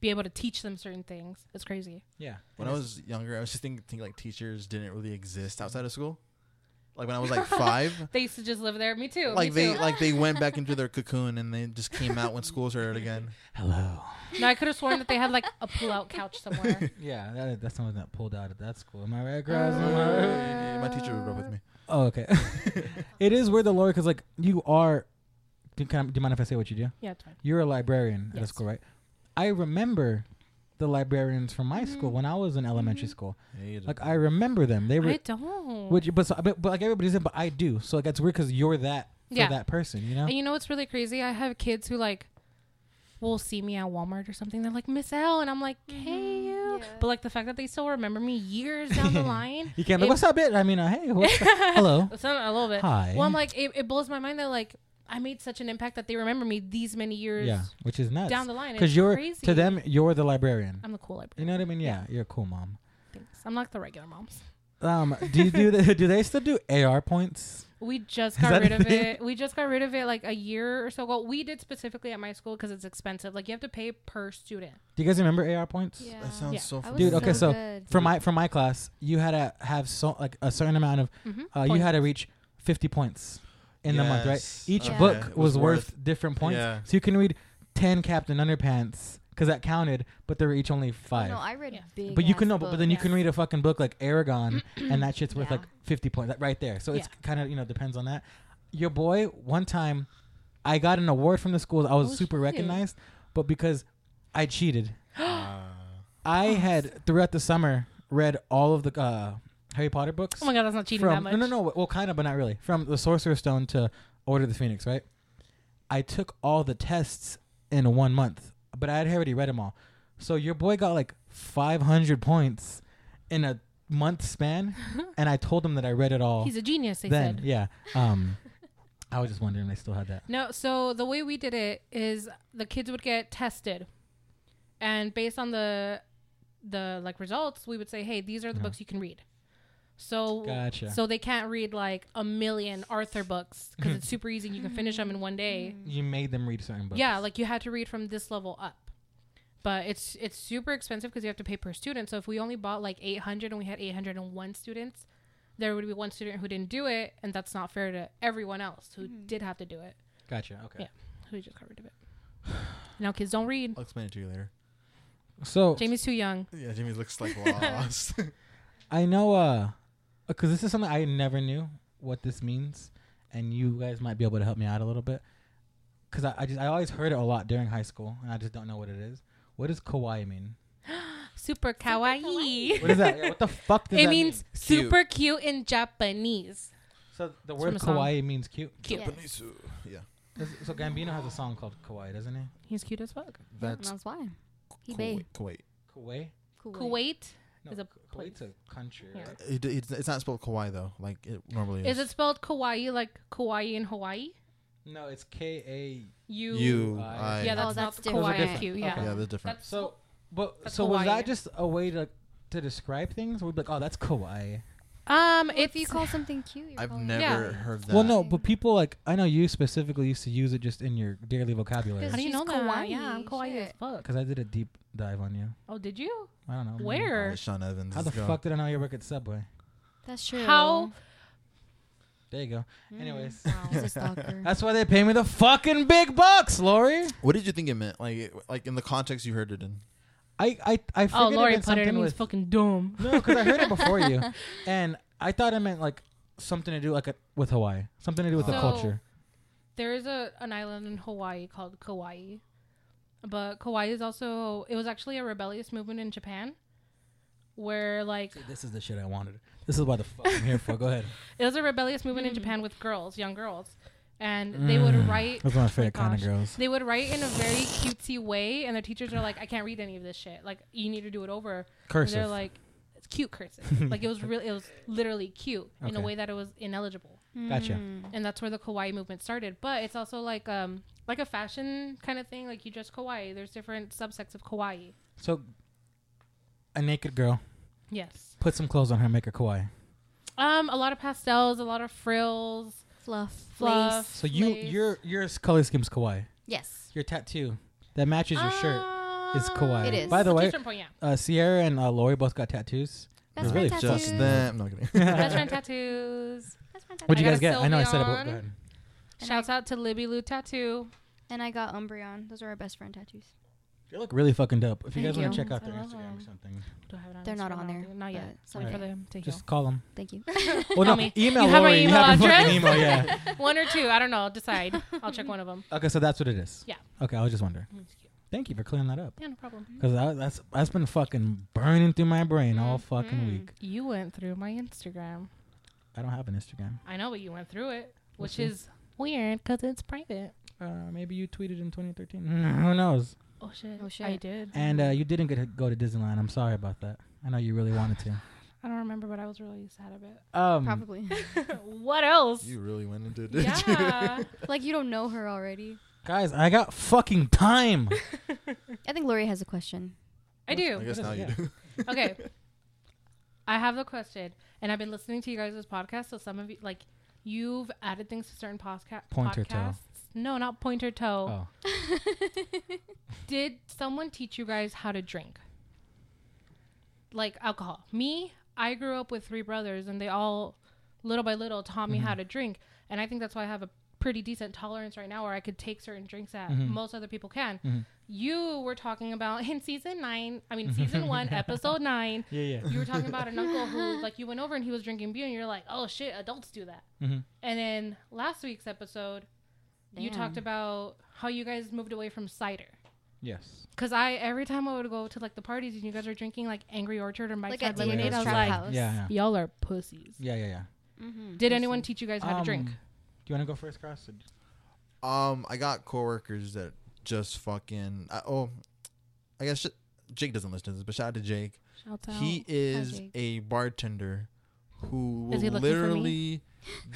C: be able to teach them certain things? It's crazy.
B: Yeah.
A: when I was younger, I was just thinking, thinking like teachers didn't really exist outside of school. Like when I was like five,
C: They used to just live there. Me too.
A: like
C: me
A: they
C: too.
A: like they went back into their cocoon and they just came out when school started again.
B: Hello.
C: No, I could have sworn that they had like a pull-out couch somewhere.
B: Yeah, that, that's someone that pulled out at that school. Am I right, girls? Am I
A: My
B: right?
A: teacher would rub with me.
B: Oh, okay. it is weird, the Lord, because like you are. Do, can I, do you mind if I say what you do?
C: Yeah, it's fine.
B: You're a librarian at a
C: Yes.
B: school, right? I remember the librarians from my
C: Mm-hmm.
B: school when I was in elementary school. Like uh, I remember them. They were,
C: I don't.
B: which, but, so, but but like everybody's in, but I do. So like that's weird because you're that for
C: Yeah.
B: that person, you know?
C: And you know what's really crazy? I have kids who like will see me at Walmart or something. They're like Miss L, and I'm like, hey you.
D: yeah.
C: But like the fact that they still remember me years down the line.
B: You can't be like,
C: it-
B: what's up, bitch? I mean, uh, hey, what's up? hello.
C: It's not a little bit.
B: Hi.
C: Well, I'm like, it, it blows my mind that like I made such an impact that they remember me these many years
B: Yeah, which is nuts.
C: down the line.
B: Because
C: It's
B: you're
C: crazy.
B: to them, you're the librarian.
C: I'm the cool librarian.
B: You know what I mean? Yeah, you're a cool mom.
C: Thanks. I'm like the regular moms.
B: Um, do you do they, do they still do AR points?
C: We just
B: Is
C: got
B: that
C: rid
B: a
C: of
B: thing?
C: it. We just got rid of it like a year or so ago. We did specifically at my school because it's expensive. Like you have to pay per student.
B: Do you guys remember AR points?
D: Yeah.
A: That sounds
C: Yeah.
A: so.
D: I
A: familiar.
D: was
B: Dude, okay, so
D: good.
A: Mm-hmm.
B: for my for my class, you had to have so like a certain amount of
C: Mhm.
B: uh, you had to reach fifty points in the month, right?
A: Yes.
B: Each
D: Yeah.
B: book
A: Okay. It
B: was,
A: was
B: worth, different points,
A: Yeah.
B: so you can read ten Captain Underpants because that counted, but there were each only five.
D: No, I read
C: Yeah.
D: big.
B: but you can
D: ass
B: know, but, but then you
D: books.
B: can read a fucking book like Aragon, and that shit's worth
D: Yeah.
B: like fifty points like, right there. So it's kind of you know depends on that. Your boy, one time, I got an award from the school. I was
C: Oh,
B: super
C: shit.
B: recognized, but because I cheated,
A: Ah.
B: I
C: Oh,
B: had throughout the summer read all of the uh, Harry Potter books.
C: Oh my god, that's not cheating
B: from
C: that much.
B: no, no, no. Well, kind of, but not really. From the Sorcerer's Stone to Order of the Phoenix, right? I took all the tests in one month, but I had already read them all. So your boy got like 500 points in a month span, and I told him that I read it all.
C: He's a genius. They
B: then,
C: said.
B: yeah. Um, I was just wondering if they still had that.
C: No, so the way we did it is the kids would get tested, and based on the the like results, we would say, "Hey, these are the
B: Uh-huh.
C: books you can read." So
B: Gotcha.
C: So they can't read like a million Arthur books because it's super easy. and You can finish them in one day.
B: You made them read certain books.
C: Yeah, like you had to read from this level up. But it's it's super expensive because you have to pay per student. So if we only bought like 800 and we had 801 students, there would be one student who didn't do it, and that's not fair to everyone else who did have to do it.
B: Gotcha. Okay.
C: We just covered a bit. Now kids don't read.
A: I'll explain it to you later.
B: So
C: Jamie's too young.
A: Yeah, Jimmy looks like lost.
B: I know, uh, because this is something I never knew what this means, and you guys might be able to help me out a little bit. Because I, I just I always heard it a lot during high school, and I just don't know what it is. What does kawaii mean?
C: Super kawaii.
B: What is that? Yeah, what the fuck does
C: it
B: that
C: means
B: mean?
A: Cute.
C: super cute in Japanese.
B: So the word
C: from a song.
B: kawaii means cute.
C: Cute.
D: Yes.
A: yeah,
B: Does- So Gambino has a song called kawaii, doesn't he?
C: He's cute as fuck.
D: And
A: that's
D: that's why. He bae.
A: Kuwait. Kuwait.
B: Kawaii.
C: Kuwait.
B: No,
C: Is a
B: K- Kuwait's
C: place.
B: a country.
C: Yeah.
B: Right?
A: It, it's, it's not spelled Kauai though, like it normally
C: Is
A: is.
C: it spelled kawaii like kawaii in Hawaii?
B: No, it's K A.
C: You.
A: U
B: I-
A: I?
C: Yeah,
D: that-
C: that's,
D: Oh, that's
C: not
D: different.
C: kawaii.
B: Those are
C: Cute. Yeah.
B: different.
A: yeah, they're different.
C: That's
B: So, but
C: That's
B: so was
C: Hawaii.
B: that just a way to to describe things? We'd be like, oh, that's kawaii.
C: um.
D: If
C: If
D: you call something cute, you're
A: I've
D: calling it
A: never
C: Yeah.
A: heard that.
B: Well, no, but people like I know you specifically used to use it just in your daily vocabulary
C: How do you
D: She's
C: know that?
D: kawaii,
C: Yeah, I'm kawaii as
D: shit.
C: fuck.
B: because I did a deep dive on you.
C: Oh, did you?
B: I don't know man.
C: Where?
A: Oh, Sean Evans.
B: How the
A: let's go.
B: fuck did I know you work at Subway?
D: That's true.
C: How?
B: There you go.
C: Mm.
B: Anyways,
D: He's a stalker.
B: that's why they pay me the fucking big bucks, Lori.
A: What did you think it meant? Like, it- like in the context you heard it in.
B: I I I figured
C: Oh,
B: it meant
C: Lori put it. It
B: something
C: means
B: with
C: fucking dumb.
B: no, because I heard it before you, and I thought it meant like something to do like a, with Hawaii, something to do with the
C: So-
B: culture.
C: There is a an island in Hawaii called Kauai, but Kauai is also it was actually a rebellious movement in Japan, where like
B: See, this is the shit I wanted. This is why the fuck I'm here for. Go ahead.
C: it was a rebellious movement in Japan with girls, young girls, and they would
A: Mm.
C: write.
B: Those are my
C: my
B: favorite kind of
C: gosh.
B: girls.
C: They would write in a very cutesy way, and their teachers are like, "I can't read any of this shit. Like, you need to do it over." And
B: Cursive.
C: They're like, "It's cute cursive. like, it was really, it was literally cute in a
B: Okay.
C: way that it was ineligible."
D: Hmm.
B: Gotcha.
C: and that's where the kawaii movement started. But it's also like um like a fashion kind of thing. Like you dress kawaii. There's different subsects of kawaii.
B: So, a naked girl,
C: Yes.
B: put some clothes on her, make her kawaii.
C: Um, a lot of pastels, a lot of frills,
D: Fluff.
C: fluff.
D: lace.
B: So you
C: lace.
B: your your color scheme's kawaii.
D: Yes.
B: Your tattoo that matches your shirt. is kawaii.
D: It is.
B: By the
C: At Um, a
B: way-
C: certain point, yeah.
B: Uh, Sierra and uh, Lori both got tattoos.
D: Best
B: Really?
D: friend tattoos.
A: Just that. I'm not kidding.
C: Best friend tattoos.
D: Best friend
B: What'd
D: tattoos.
B: you
C: I got
B: guys
C: a
B: get? I know I said it, but
C: Sylveon.
B: go ahead.
D: And
C: Shouts out to Libby Lou tattoo.
D: And I got Umbreon. Those are our best friend tattoos.
B: You look really fucking dope. If you
D: Thank
B: guys want to
D: you.
B: check out
C: I
B: their
C: love
B: Instagram
C: them.
B: or something,
C: Do I have it on
D: They're not
C: Instagram?
D: on there,
C: Not yet.
D: but
C: Wait
D: someday.
C: for them to
B: just call them.
D: Thank you.
B: Well,
C: Tell
B: no,
C: me.
B: email
C: You have our
B: Lori. You
C: email
B: have her
C: address?
B: fucking email. Yeah.
C: heal. One or two. I don't know. Decide. I'll check one of them.
B: okay, so that's what it is.
C: Yeah.
B: Okay, I was just wondering. Thank you for clearing that up.
C: Yeah, no problem.
B: Cause I, that's that's been fucking burning through my brain all fucking
C: Mm-hmm.
D: Mhm.
B: week.
C: You went through my Instagram.
B: I don't have an Instagram.
C: I know, but you went through it, which
B: see.
C: is weird because it's private.
B: Uh, maybe you tweeted in 2013. Mm, Who knows?
C: Oh shit!
D: Oh, shit.
C: I did.
B: And uh, you didn't get to go to Disneyland. I'm sorry about that. I know you really wanted to.
C: I don't remember, but I was really sad about
B: Um,
D: Probably.
C: it. what else?
A: You really went into it, did
C: yeah.
D: like you don't know her already.
B: Guys, I got fucking time.
D: I think Lori has a question.
C: I
A: you? I
C: do.
A: guess now you
B: Yeah.
A: do.
C: Okay. I have a question, and I've been listening to you guys' podcast. So some of you, like, you've added things to certain posca-
B: Pointer toe.
C: podcasts. No, not pointer toe.
B: Oh,
C: Did someone teach you guys how to drink? Like alcohol. Me, I grew up with three brothers and they all little by little taught me how to drink. And I think that's why I have a pretty decent tolerance right now where I could take certain drinks that most other people can. You were talking about in season nine, I mean season one, episode nine.
B: yeah, yeah.
C: You were talking about an uncle who like you went over and he was drinking beer and you're like, Oh shit, adults do that.
B: Mhm.
C: And then last week's episode you talked
D: Damn.
C: about how you guys moved away from cider.
B: Yes.
C: Cause I every time I would go to like the parties and you guys are drinking like Angry Orchard or Mike's
D: Like
C: Hard
D: at
C: Lemonade,
D: DNA's
C: I was
D: Trap
C: like,
D: House.
B: Yeah, yeah,
C: y'all are pussies.
B: yeah, yeah. yeah.
D: Mm-hmm.
C: Did anyone teach you guys how to
B: Um,
C: drink?
B: Do you want to go first, Cross?
A: Um, I got coworkers that just fucking. I, oh, I guess sh- Jake doesn't listen to this, but shout out to Jake.
C: Shout
A: He is
D: Jake.
A: a bartender who will
C: Is he looking for me?
A: literally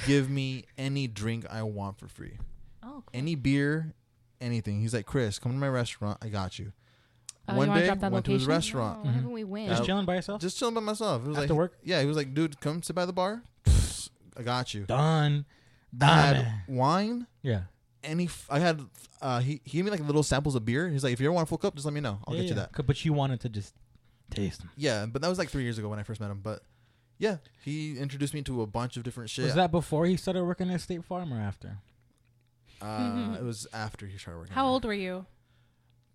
A: give me any drink I want for free.
C: oh, cool.
A: Any beer, anything. He's like, Chris, come to my restaurant. I got you.
C: Oh, you
A: One
C: wanna
A: day,
C: drop that
A: went to his
C: location? Oh.
A: restaurant.
D: Why haven't we win?
B: Just
A: Uh,
B: chilling by yourself.
A: Just chilling by myself. It was
B: After
A: like,
B: work?
A: Yeah, he was like, dude, come sit by the bar. I got you.
B: done,
A: I
B: done.
A: had wine.
B: yeah.
A: Any, f- I had. Uh, he he gave me like little samples of beer. He's like, if you ever want a full cup, just let me know. I'll
B: yeah,
A: get you
B: yeah.
A: that.
B: C- But you wanted to just taste them.
A: Yeah, but that was like three years ago when I first met him. But yeah, he introduced me to a bunch of different shit.
B: Was that before he started working at State Farm or after?
A: Uh, it was after he started working.
C: Mm-hmm. How
A: there.
C: old were you?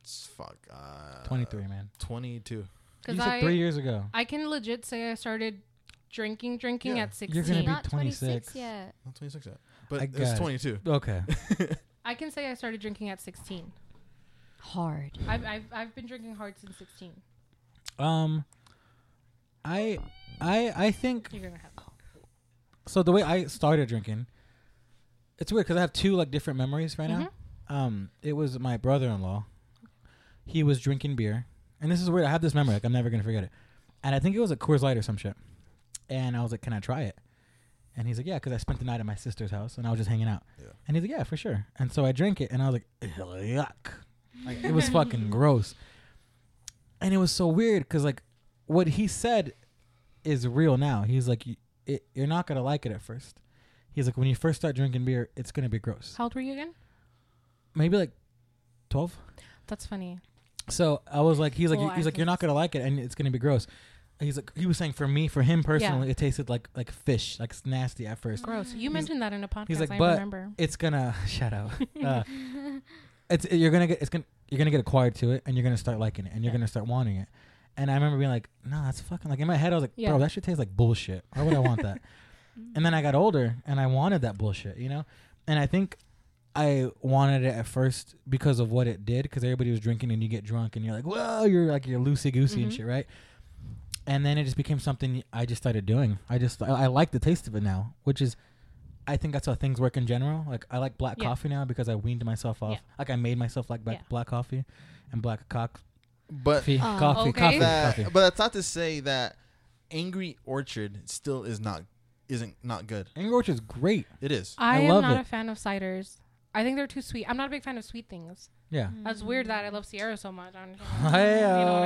A: It's- Fuck. Uh,
B: 23, man.
A: 22.
B: You
C: Because
B: said
C: I,
B: three years ago.
C: I can legit say I started drinking, drinking
A: Yeah.
C: at
B: You're gonna
C: 16.
B: be
D: Not 26
B: 26.
D: yet.
A: Not 26 yet. But
B: I
A: it
B: got
A: was
B: it.
A: 22.
B: Okay.
C: I can say I started drinking at 16.
D: Hard.
C: I've, I've, I've been drinking hard since 16.
B: Um, I, I, I think
C: You're going to have
B: so. The way I started drinking, it's weird because I have two like different memories right now. Um, it was my brother-in-law. He was drinking beer, and this is weird. I have this memory like I'm never gonna forget it. And I think it was a Coors Light or some shit. And I was like, "Can I try it?" And he's like, "Yeah," because I spent the night at my sister's house and I was just hanging out.
A: Yeah.
B: And he's like, "Yeah, for sure." And so I drank it, and I was like, "Yuck!" Like it was fucking gross. And it was so weird because like what he said is real now. He's like, "You- it, "You're not gonna like it at first. He's like, "When you first start drinking beer, it's gonna be gross."
C: How old were you again?
B: Maybe like twelve.
C: That's funny.
B: So I was like, he's like,
C: Well,
B: he's
C: I
B: like, you're
C: think
B: not gonna like it, and it's gonna be gross. He's like, he was saying for me, for him personally, it tasted like like fish, like it's nasty at first.
C: Gross. You
B: He's-
C: mentioned that in a podcast.
B: He's like,
C: I
B: but
C: remember.
B: it's gonna shut out. Uh, it's you're gonna get it's gonna you're gonna get acquired to it, and you're gonna start liking it, and you're gonna start wanting it. And I remember being like, no, that's fucking like in my head, I was like,
C: Yeah.
B: bro, that should taste like bullshit. Why would I want that? and then I got older, and I wanted that bullshit, you know. And I think I wanted it at first because of what it did, because everybody was drinking and you get drunk and you're like, whoa, you're like you're loosey goosey and
C: Mhm.
B: shit, right? And then it just became something I just started doing. I just I, I like the taste of it now, which is, I think that's how things work in general. Like I like black
C: Yeah.
B: coffee now because I weaned myself off.
C: Yeah.
B: Like I made myself like black,
C: Yeah.
B: black coffee, and black cock
A: But
B: coffee,
D: Oh,
B: coffee,
C: okay.
B: coffee,
A: that,
B: coffee.
A: but that's not to say that Angry Orchard still is not isn't not good.
B: Angry Orchard is great.
A: It is.
C: I,
B: I
C: am
B: love
C: not
B: it.
C: a fan of ciders. I think they're too sweet. I'm not a big fan of sweet things.
B: Yeah.
D: Mm.
C: That's weird that I love Sierra so much. I don't- you know what I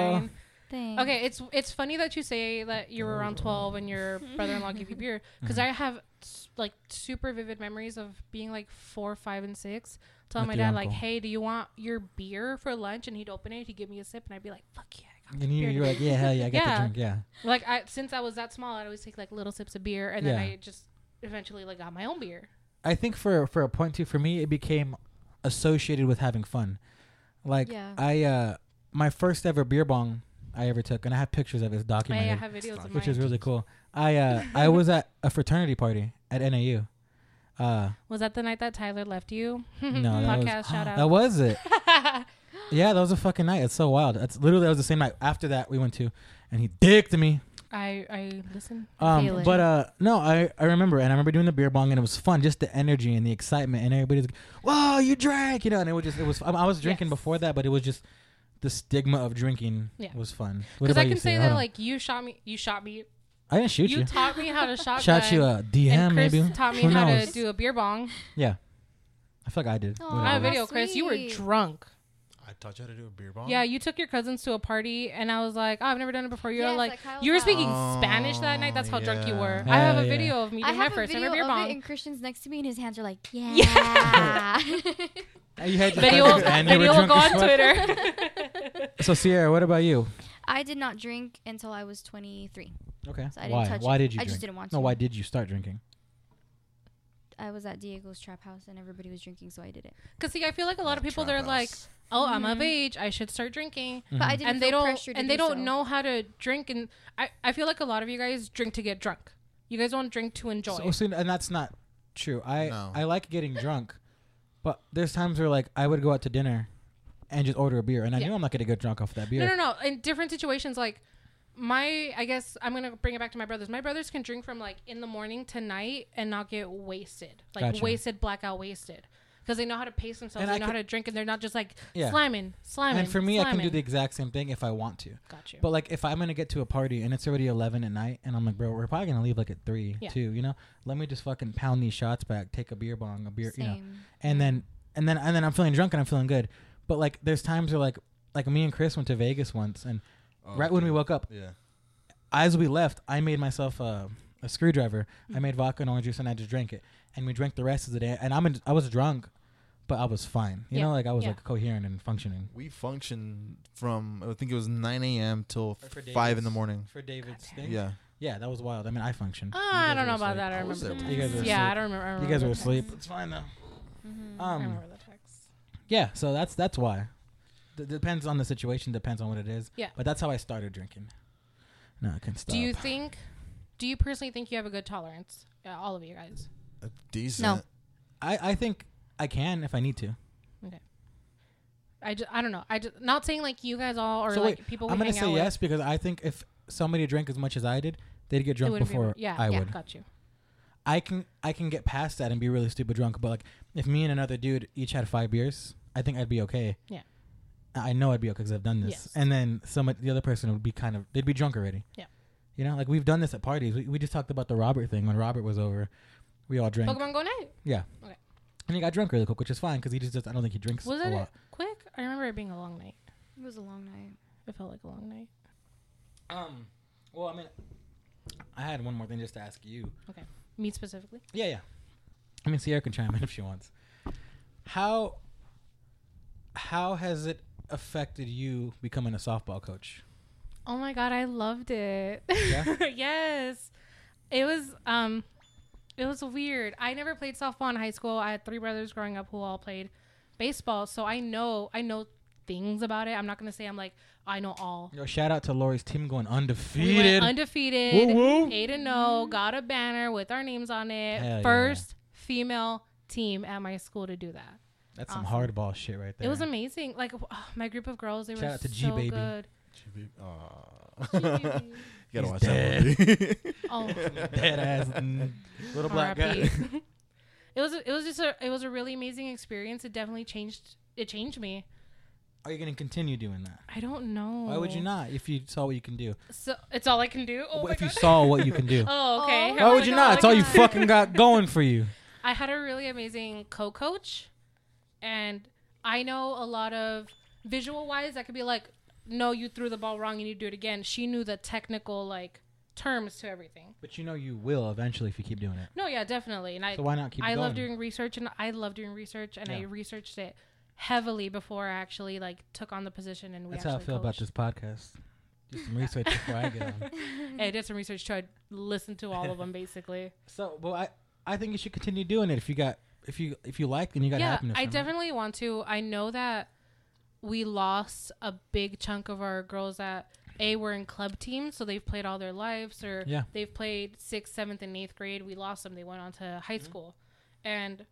B: Hey-o.
C: mean?
D: Thanks.
C: Okay, it's it's funny that you say that you were around 12 and your brother-in-law gave you beer because
B: Mm-hmm.
C: I have s- like super vivid memories of being like four, five, and six. Telling
B: With
C: my
B: your
C: dad like,
B: uncle.
C: "Hey, do you want your beer for lunch?" And he'd open it, he'd give me a sip, and I'd be like, "Fuck yeah!" I got
B: And you,
C: beer
B: you're like, yeah, hell yeah, I got
C: Yeah.
B: the drink, yeah.
C: Like I since I was that small, I'd always take like little sips of beer, and then
B: Yeah.
C: I just eventually like got my own beer.
B: I think for for a point too, for me, it became associated with having fun. Like
D: Yeah.
B: I, uh my first ever beer bong I ever took, and I have pictures of it it's
C: Oh, I, I
B: documented,
C: have videos of
B: which
C: mine.
B: is really cool. I uh I was at a fraternity party at NAU. Uh,
C: was that the night that Tyler left you?
B: no, that
C: podcast
B: was,
C: shout out.
B: That was it. yeah, that was a fucking night. It's so wild. That's literally that was the same night. After that, we went to, and he dicked me.
C: I I listen.
D: feel
B: Um,
D: it.
B: but uh, no, I, I remember, and I remember doing the beer bong, and it was fun, just the energy and the excitement, and everybody's like, "Whoa, you drank!" You know, and it was just it was. I, I was drinking
C: Yes.
B: before that, but it was just the stigma of drinking
C: Yeah.
B: was fun. What
C: Because I
B: about you,
C: can say
B: Sia?
C: that
B: Hold on.
C: like you shot me, you shot me,
B: I didn't shoot
C: you,
B: you.
C: taught me how to shotgun.
B: Shot you a DM
C: and Chris
B: maybe.
C: taught me
B: Who
C: how
B: knows?
C: to do a beer bong.
B: Yeah, I feel like I did.
D: Aw.
B: Whatever.
C: On a
D: how
C: video, Chris, you were
D: sweet.
C: drunk.
A: I taught you how to do a beer bomb.
C: Yeah, you took your cousins to a party, and I was like, oh, I've never done it before. You're
D: Yes,
C: like,
D: at Kyle's
C: you were speaking
A: house.
C: Spanish that night. That's how drunk you
A: Oh,
C: were.
B: yeah.
C: I have a
B: Yeah, yeah.
C: video of me
D: I
C: doing my
D: have a
C: first ever
D: video of
C: beer
D: it,
C: bong.
D: and Christian's next to me, and his hands are like, yeah.
B: You had your
C: Video,
B: cousins and you were
C: video will
B: drunk
C: go
B: as
C: on
B: fuck.
C: Twitter.
B: So Sierra, what about you?
D: I did not drink until I was 23.
B: Okay,
D: So I didn't
B: why?
D: touch
B: why
D: it.
B: did you?
D: I
B: drink?
D: just didn't want
B: No,
D: to.
B: why did you start drinking?
D: I was at Diego's trap house, and everybody was drinking, so I did it.
C: Because see, I feel like a lot of people they're like, oh, I'm of age, I should start drinking.
D: But I didn't
C: Mm-hmm. and they
D: feel
C: don't
D: pressure to
C: and
D: do
C: they don't
D: so.
C: know how to drink and I, I feel like a lot of you guys drink to get drunk you guys don't drink to enjoy
B: So, so- and that's not true. I
A: No.
B: I like getting drunk, but there's times where like I would go out to dinner and just order a beer, and I
C: Yeah.
B: knew I'm not gonna get drunk off that beer.
C: no no no in different situations like my i guess i'm gonna bring it back to my brothers my brothers can drink from like in the morning to night and not get wasted like
B: Gotcha.
C: wasted blackout wasted because they know how to pace themselves
B: And
C: they
B: I
C: know
B: could-
C: how to drink and they're not just like
B: Yeah.
C: slamming slamming
B: and for me, I can do
C: slamming."
B: the exact same thing if I want to.
C: got you
B: But like, if I'm gonna get to a party and it's already 11 at night, and I'm like, bro, we're probably gonna leave like at three,
C: Yeah.
B: two, you know, let me just fucking pound these shots back, take a beer bong, a beer,
D: Same.
B: you know, and then and then and then I'm feeling drunk and I'm feeling good. But like, there's times where like like me and Chris went to Vegas once, and Oh,
A: Oh,
B: right when we woke up,
A: Yeah.
B: as we left, I made myself a, a screwdriver. I made vodka and orange juice, and I just drank it. And we drank the rest of the day. And I'm in, I was drunk, but I was fine. You
C: Yeah,
B: know, like I was
C: yeah.
B: like coherent and functioning.
A: We functioned from I think it was 9 a.m. till
B: Or for
A: five in
B: Davis.
A: the morning.
B: For David's thing,
A: Yeah.
B: yeah, that was wild. I mean, I functioned.
C: Ah, i
B: You guys
C: don't know
B: were asleep.
C: about that i
A: I was
C: remember
A: there.
C: the
B: You guys
C: times.
B: were
C: yeah
B: asleep.
C: i don't remember I
B: You guys
C: remember
B: were
C: the times.
B: asleep. It's fine though.
C: I
B: Um,
C: remember the text.
B: yeah, so that's that's why. D- depends on the situation. Depends on what it is.
C: Yeah.
B: But that's how I started drinking. No, I can stop.
C: Do you think? Do you personally think you have a good tolerance? Yeah, all of you guys.
A: Uh, decent.
D: No.
B: I I think I can if I need to.
C: I just, I don't know. I just not saying like you guys all or
B: So
C: like
B: wait,
C: people. We
B: I'm gonna
C: hang
B: say
C: out
B: yes because I think if somebody drank as much as I did, they'd get
C: With, it
B: drunk
C: wouldn't be-
B: before
C: yeah,
B: I
C: yeah,
B: would.
C: Got you.
B: I can I can get past that and be really stupid drunk, but like if me and another dude each had five beers, I think I'd be okay.
C: Yeah.
B: I I know I'd be okay because I've done this,
C: Yes.
B: and then some the other person would be kind of they'd be drunk already.
C: Yeah.
B: you know, like we've done this at parties. We, we just talked about the Robert thing when Robert was over. We all drank,
C: Pokemon Go night
B: and he got drunk really quick, which is fine because he just does, I don't think he drinks
C: was
B: a
C: it
B: lot.
C: quick? I remember it being a long night.
D: It was a long night.
C: It felt like a long night.
B: Um, well, I mean, I had one more thing just to ask you.
C: Me specifically.
B: Yeah, yeah. I mean, Sierra can chime in if she wants. How how has it affected you becoming a softball coach?
C: Oh my god, I loved it.
B: Yeah?
C: yes. It was um it was weird. I never played softball in high school. I had three brothers growing up who all played baseball, so I know I know things about it. I'm not gonna say I'm like I know all.
B: Yo, shout out to Lori's team going
C: We
B: undefeated.
C: went
B: Woo
C: undefeated,
B: woo.
C: eight and zero. Got a banner with our names on it.
B: Hell yeah.
C: First female team at my school to do that.
B: That's some
C: Awesome.
B: hardball shit right there.
C: It was amazing. Like oh, my group of girls, they
B: Shout
C: were
B: out to G
C: so
B: Baby.
C: good.
A: Aw.
C: G-baby.
A: you gotta
B: He's
A: watch that movie.
C: Oh.
B: dead ass mm, little black guy.
C: RIP. it was it was just a it was a really amazing experience. It definitely changed it changed me.
B: Are you gonna continue doing that?
C: I don't know.
B: Why would you not? If you saw what you can do,
C: So it's all I can do. Oh
B: if
C: my
B: you
C: God.
B: saw what you can do,
C: Oh okay.
D: Oh.
B: why
C: I was
B: would you
C: like,
B: not?
C: oh
B: It's
C: my
B: all you
C: God.
B: fucking got going for you.
C: I had a really amazing co-coach, and I know a lot of visual wise that could be like, no, you threw the ball wrong and you do it again. She knew the technical like terms to everything.
B: But you know you will eventually if you keep doing it.
C: No, yeah, definitely. And I
B: So why not keep?
C: I
B: going?
C: love doing research, and I love doing research, and I
B: Yeah.
C: researched it heavily before I actually like took on the position. And we
B: That's
C: actually
B: how I feel about
C: coached.
B: this podcast. Do some research before I get on.
C: I did some research too. I listened to all of them basically.
B: So, well, I I think you should continue doing it if you got if you if you like then you got
C: yeah,
B: happiness.
C: I
B: from it.
C: definitely want to. I know that we lost a big chunk of our girls that a were in club teams, so they've played all their lives, or
B: Yeah.
C: they've played sixth, seventh, and eighth grade. We lost them. They went on to
B: Mm-hmm.
C: high school, and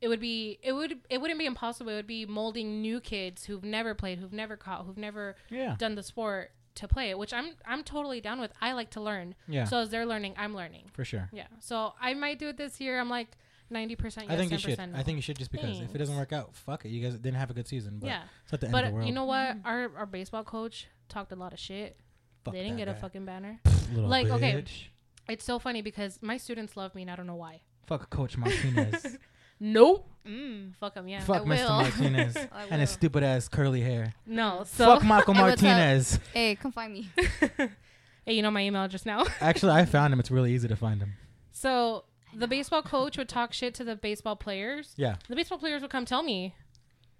C: it would be it would it wouldn't be impossible. It would be molding new kids who've never played, who've never caught, who've never
B: Yeah,
C: done the sport to play it, which I'm I'm totally down with. I like to learn,
B: yeah,
C: so as they're learning, I'm learning.
B: for sure.
C: Yeah. So I might do it this year. I'm like 90% yes,
B: I think you
C: 10%
B: should.
C: no.
B: I think you should just because if it doesn't work out, fuck it. You guys didn't have a good season, but
C: yeah.
B: it's not the end of the
C: But
B: world.
C: you know what? Our our baseball coach talked a lot of shit.
B: Fuck
C: they didn't
B: that
C: get
B: guy.
C: a fucking banner.
B: Pfft, little
C: like, okay.
B: bitch.
C: It's so funny because my students love me and I don't know why.
B: Fuck Coach Martinez.
C: Nope.
D: Mm.
C: Fuck them, yeah.
B: Fuck
D: I
B: Mr.
D: will.
B: Martinez
D: I
B: and his
D: will.
B: stupid ass curly hair.
C: No. So
B: Fuck Michael
D: Hey, what's up?
B: Martinez.
D: Hey, come find me.
C: Hey, you know my email just now.
B: Actually, I found him. It's really easy to find him.
C: So the baseball coach would talk shit to the baseball players.
B: Yeah.
C: The baseball players would come tell me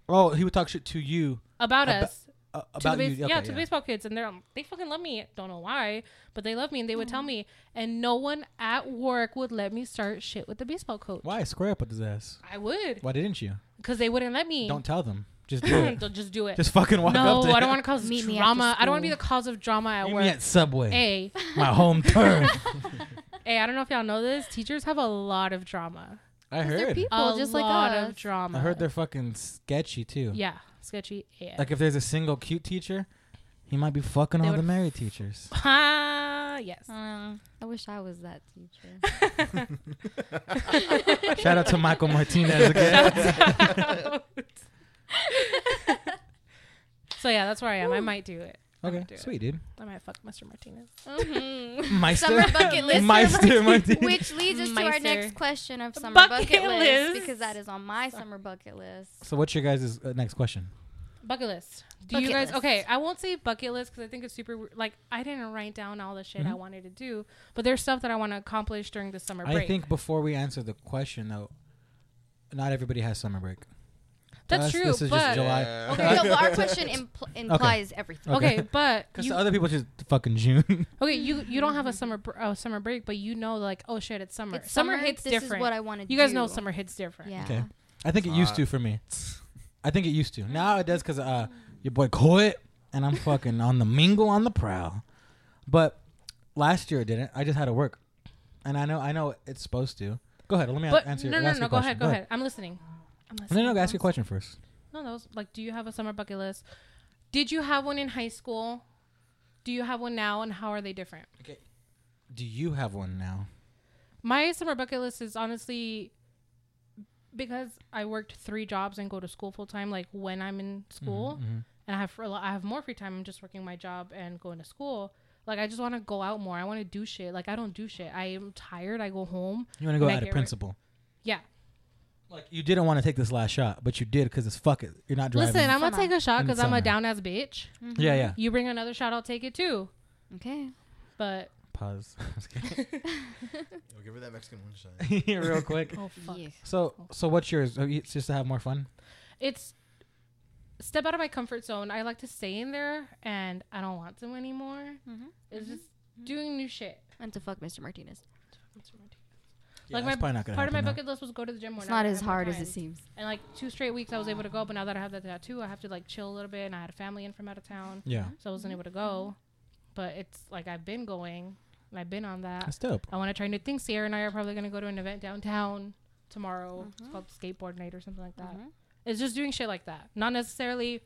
B: Oh, he would talk shit to you
C: about
B: Aba-
C: us.
B: uh,
C: to the
B: about
C: base-
B: you. Okay,
C: yeah, to the baseball kids, and they're they fucking love me. Don't know why, but they love me, and they
B: Mm.
C: would tell me. And no one at work would let me start shit with the baseball coach.
B: Why square up with his ass?
C: I would,
B: Why didn't you?
C: because they wouldn't let me.
B: Don't tell them. Just do it.
C: Don't just do it.
B: Just fucking walk
C: no,
B: up there.
C: I don't want to cause
D: Meet me after
C: drama. I don't want to be the
D: school.
C: cause of drama at
B: Meet
C: work.
B: me at Subway,
C: Hey,
B: my home turf.
C: hey, I don't know if y'all know this. Teachers have a lot of drama.
B: I
D: 'Cause they're
B: heard.
D: people
C: a
D: just like
C: lot
D: us.
C: of drama.
B: I heard they're fucking sketchy too.
C: yeah sketchy. Yeah.
B: Like if there's a single cute teacher, he might be fucking
C: They
B: all the
C: would-
B: married teachers.
C: Ah, yes.
D: Uh, I wish I was that teacher.
B: Shout out to Michael Martinez again.
C: so yeah, that's where I am. I might do it. I
B: okay,
C: might do it.
B: sweet dude.
C: I might fuck Mr. Martinez.
D: Mhm.
B: Meister.
D: Summer bucket list.
B: Meister Martinez.
D: Which leads us to our
C: Meister.
D: next question of summer
C: Bucket
D: bucket, list,
C: list.
D: because that is on my summer bucket list.
B: So what's your guys' uh, next question?
C: Bucket list. Do you
D: Bucket
C: guys?
D: list.
C: Okay, I won't say bucket list because I think it's super. w- Like I didn't write down all the shit I wanted to do, but there's stuff that I want to accomplish during the summer break.
B: Mm-hmm. I think before we answer the question though, not everybody has summer break. To
C: That's
B: us,
C: true,
B: This is
C: but-
B: just July.
A: Yeah.
D: Okay, no, but our question impl- implies everything.
C: Okay,
B: okay.
C: but
B: Because
C: you,
B: the other people just fucking June.
C: okay, you you don't have a summer br- uh, summer break, but you know like oh shit, it's summer.
D: It's
C: summer, hits
D: this
C: different.
D: Is what I want to
C: you guys know summer hits different.
D: Yeah.
B: Okay. I think it used
A: Fuck.
B: to for me. I think it used to. Now it does because uh, your boy quit, and I'm fucking on the mingle on the prowl. But last year it didn't. I just had to work, and I know I know it's supposed to. Go ahead. Let me
C: But
B: answer.
C: no,
B: your,
C: no,
B: ask
C: no.
B: your
C: Go
B: question.
C: ahead. Go ahead. I'm listening. I'm
B: No,
C: listening.
B: no. go Ask
C: I'm
B: your question first.
C: No, that was like, do you have a summer bucket list? Did you have one in high school? Do you have one now, and how are they different?
B: Okay. Do you have one now?
C: My summer bucket list is honestly because I worked three jobs and go to school full time. Like when I'm in school
B: Mm-hmm,
C: and I have fr- I have more free time, I'm just working my job and going to school. Like I just want to go out more. I want to do shit. Like I don't do shit. I am tired. I go home.
B: You want to go
C: and I
B: out of
C: get rid-
B: principle.
C: Yeah.
B: Like you didn't want to take this last shot, but you did because it's fuck it. You're not driving.
C: Listen, I'm gonna
D: Summer.
C: take a shot
B: In the
C: because I'm a
B: summer.
C: down ass bitch.
B: yeah, yeah.
C: You bring another shot, I'll take it too.
D: Okay.
C: But
B: Pause. Just kidding.
A: Yo, give her that Mexican moonshine.
B: Real quick.
C: oh fuck,
D: Yeah.
B: So, so what's yours? Oh, you- It's just to have more fun.
C: it's step out of my comfort zone. I like to stay in there, and I don't want to anymore.
D: Mhm.
C: It's just doing new shit.
D: And to fuck Mr. Martinez.
C: like my
B: that's probably not gonna
C: part of my
B: happen, though.
C: bucket list was go to the gym. when
D: It's
C: I
D: not
C: had
D: as
C: more
D: hard as
C: time.
D: it seems.
C: And like two straight weeks, I was able to go. But now that I have that tattoo, I have to like chill a little bit. And I had a family in from out of town,
B: Yeah,
C: so I wasn't able to go. But it's like I've been going, and I've been on that.
B: that's dope.
C: I want to try new things. Sierra and I are probably gonna go to an event downtown tomorrow. It's called Skateboard Night or something like that. It's just doing shit like that. Not necessarily,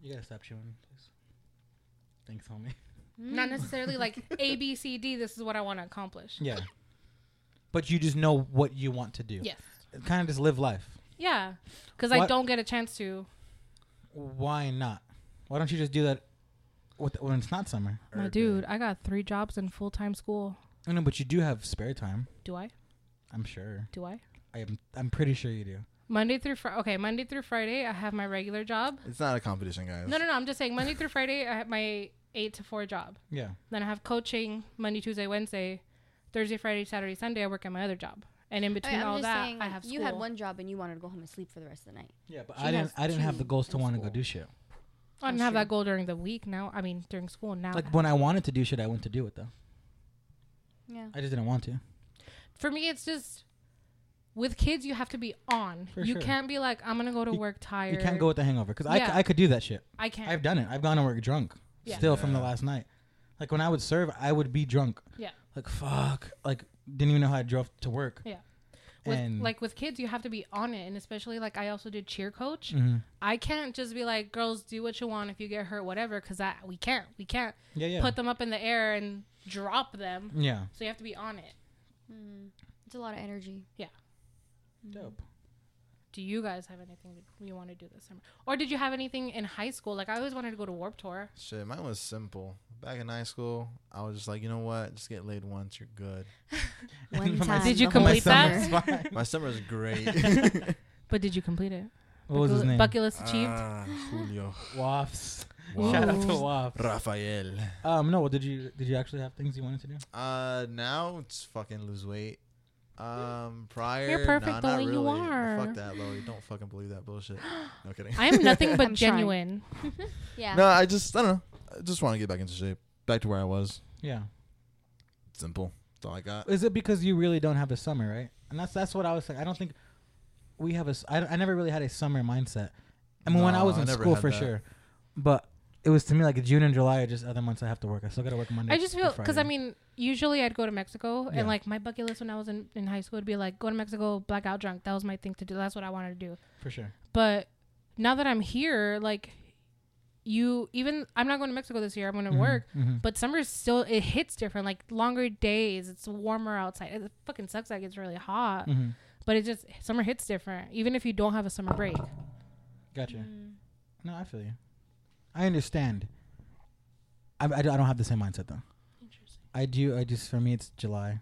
B: You gotta stop chewing, please. Thanks, homie.
C: not necessarily like A B C D. This is what I want to accomplish.
B: Yeah, but you just know what you want to do.
C: Yes.
B: kind of just live life.
C: Yeah. Because I
B: What-
C: don't get a chance to.
B: Why not? Why don't you just do that with, when it's not summer?
C: My dude, I got three jobs in full time school.
B: I know, but you do have spare time.
C: Do I?
B: I'm sure.
C: Do I?
B: I'm I'm pretty sure you do.
C: Monday through Friday. Okay, Monday through Friday, I have my regular job.
A: It's not a competition, guys.
C: No, no, no. I'm just saying Monday through Friday, I have my eight to four job.
B: Yeah.
C: Then I have coaching Monday, Tuesday, Wednesday, Thursday, Friday, Saturday, Sunday. I work at my other job, and in between
D: I'm
C: all
D: just
C: that,
D: saying,
C: I
D: like,
C: have school.
D: you had one job and you wanted to go home and sleep for the rest of the night.
B: Yeah, but
D: She
B: I didn't
D: has
B: I didn't have
D: two
B: the goals to
D: in
B: want to go
D: school.
B: do shit.
C: I didn't
D: That's
C: have that
D: true.
C: goal during the week. Now, I mean, during school. Now,
B: Like when I wanted to do shit, I went to do it though.
D: Yeah.
B: I just didn't want to.
C: for me, it's just with kids, you have to be on.
B: For
C: you
B: sure.
C: can't be like, I'm gonna go to
B: You-
C: work tired.
B: You can't go with the hangover because I, c-
C: Yeah.
B: I could do that shit.
C: I can't.
B: I've done it. I've gone to work drunk.
C: Yeah.
B: Still from the
A: Yeah.
B: last night. Like when I would serve, I would be drunk.
C: Yeah.
B: Like fuck. Like didn't even know how I drove to work.
C: Yeah. with,
B: and-
C: like with kids, you have to be on it, and especially like I also did cheer coach.
B: Mhm.
C: I can't just be like, girls, do what you want. If you get hurt, whatever, because that we can't, we can't
B: Yeah, yeah.
C: put them up in the air and drop them.
B: yeah.
C: So you have to be on it.
D: Mm-hmm. It's a lot of energy.
B: Dope.
C: Do you guys have anything that you want to do this summer, or did you have anything in high school? Like I always wanted to go to Warp Tour.
A: Shit, mine was simple. Back in high school, I was just like, you know what? Just get laid once, you're good.
D: One
B: For my
D: time.
C: Did you
B: for my
C: complete
B: summer
D: that?
B: spot.
A: My summer was great.
C: But did you complete it?
B: what was his name?
C: Bucket list achieved.
A: Ah, Julio.
B: Wafs.
A: Wow.
B: Shout out to Wafs.
A: Rafael.
B: Um, no, did you did you actually have things you wanted to do?
A: Uh, now it's fucking lose weight. Um, prior,
C: You're perfect
A: nah,
C: the
A: not
C: way you
A: really.
C: are.
A: Fuck that, Lori. Don't fucking believe that bullshit. No kidding.
C: I am nothing but
D: I'm trying.
C: genuine.
D: Yeah.
A: No, I just I don't know. I just want to get back into shape, back to where I was.
B: Yeah.
A: Simple. That's all I got.
B: Is it because you really don't have a summer, right? And that's that's what I was saying. I don't think we have a. s- I, I never really had a summer mindset. I mean, when I
A: No,
B: was
A: I
B: in
A: never
B: school
A: had
B: for
A: that.
B: sure, but it was to me like June and July are just other months I have to work. I still got to work Monday.
C: I just
B: through
C: feel because I
B: Friday.
C: mean, usually I'd go to Mexico
B: Yeah.
C: and like my bucket list when I was in, in high school would be like go to Mexico, blackout drunk. That was my thing to do. That's what I wanted to do.
B: for sure.
C: But now that I'm here, like you even I'm not going to Mexico this year. I'm going to
B: Mhm,
C: work.
B: mhm.
C: But summer's still it hits different. Like longer days, it's warmer outside. It fucking sucks that it gets really hot.
B: Mhm.
C: But it just summer hits different. Even if you don't have a summer break.
B: Gotcha. No, I feel you. I understand. I, I, don't I don't have the same mindset though. I do. I just for me, it's July,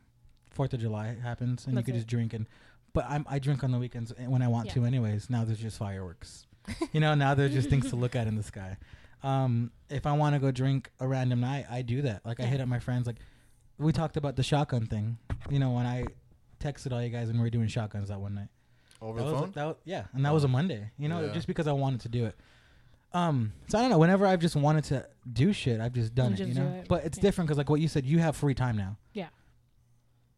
B: Fourth of July happens, and
C: That's
B: you could
C: it.
B: just drink and. But I'm, I drink on the weekends and when I want
C: Yeah.
B: to, anyways. Now there's just fireworks, you know. Now there's just things to look at in the sky. Um, if I want to go drink a random night, I do that. Like I
C: Yeah.
B: hit up my friends. Like we talked about the shotgun thing, you know. When I texted all you guys when we were doing shotguns that one night.
A: Over
B: That
A: the
B: was,
A: phone.
B: that was- yeah, Uh, and that was a Monday. You know,
A: Yeah.
B: just because I wanted to do it. Um, so I don't know. Whenever I've just wanted to do shit, I've just done
C: You
B: it.
C: just
B: you
C: do
B: know,
C: it.
B: but it's
C: Yeah.
B: different because like what you said, you have free time now.
C: Yeah.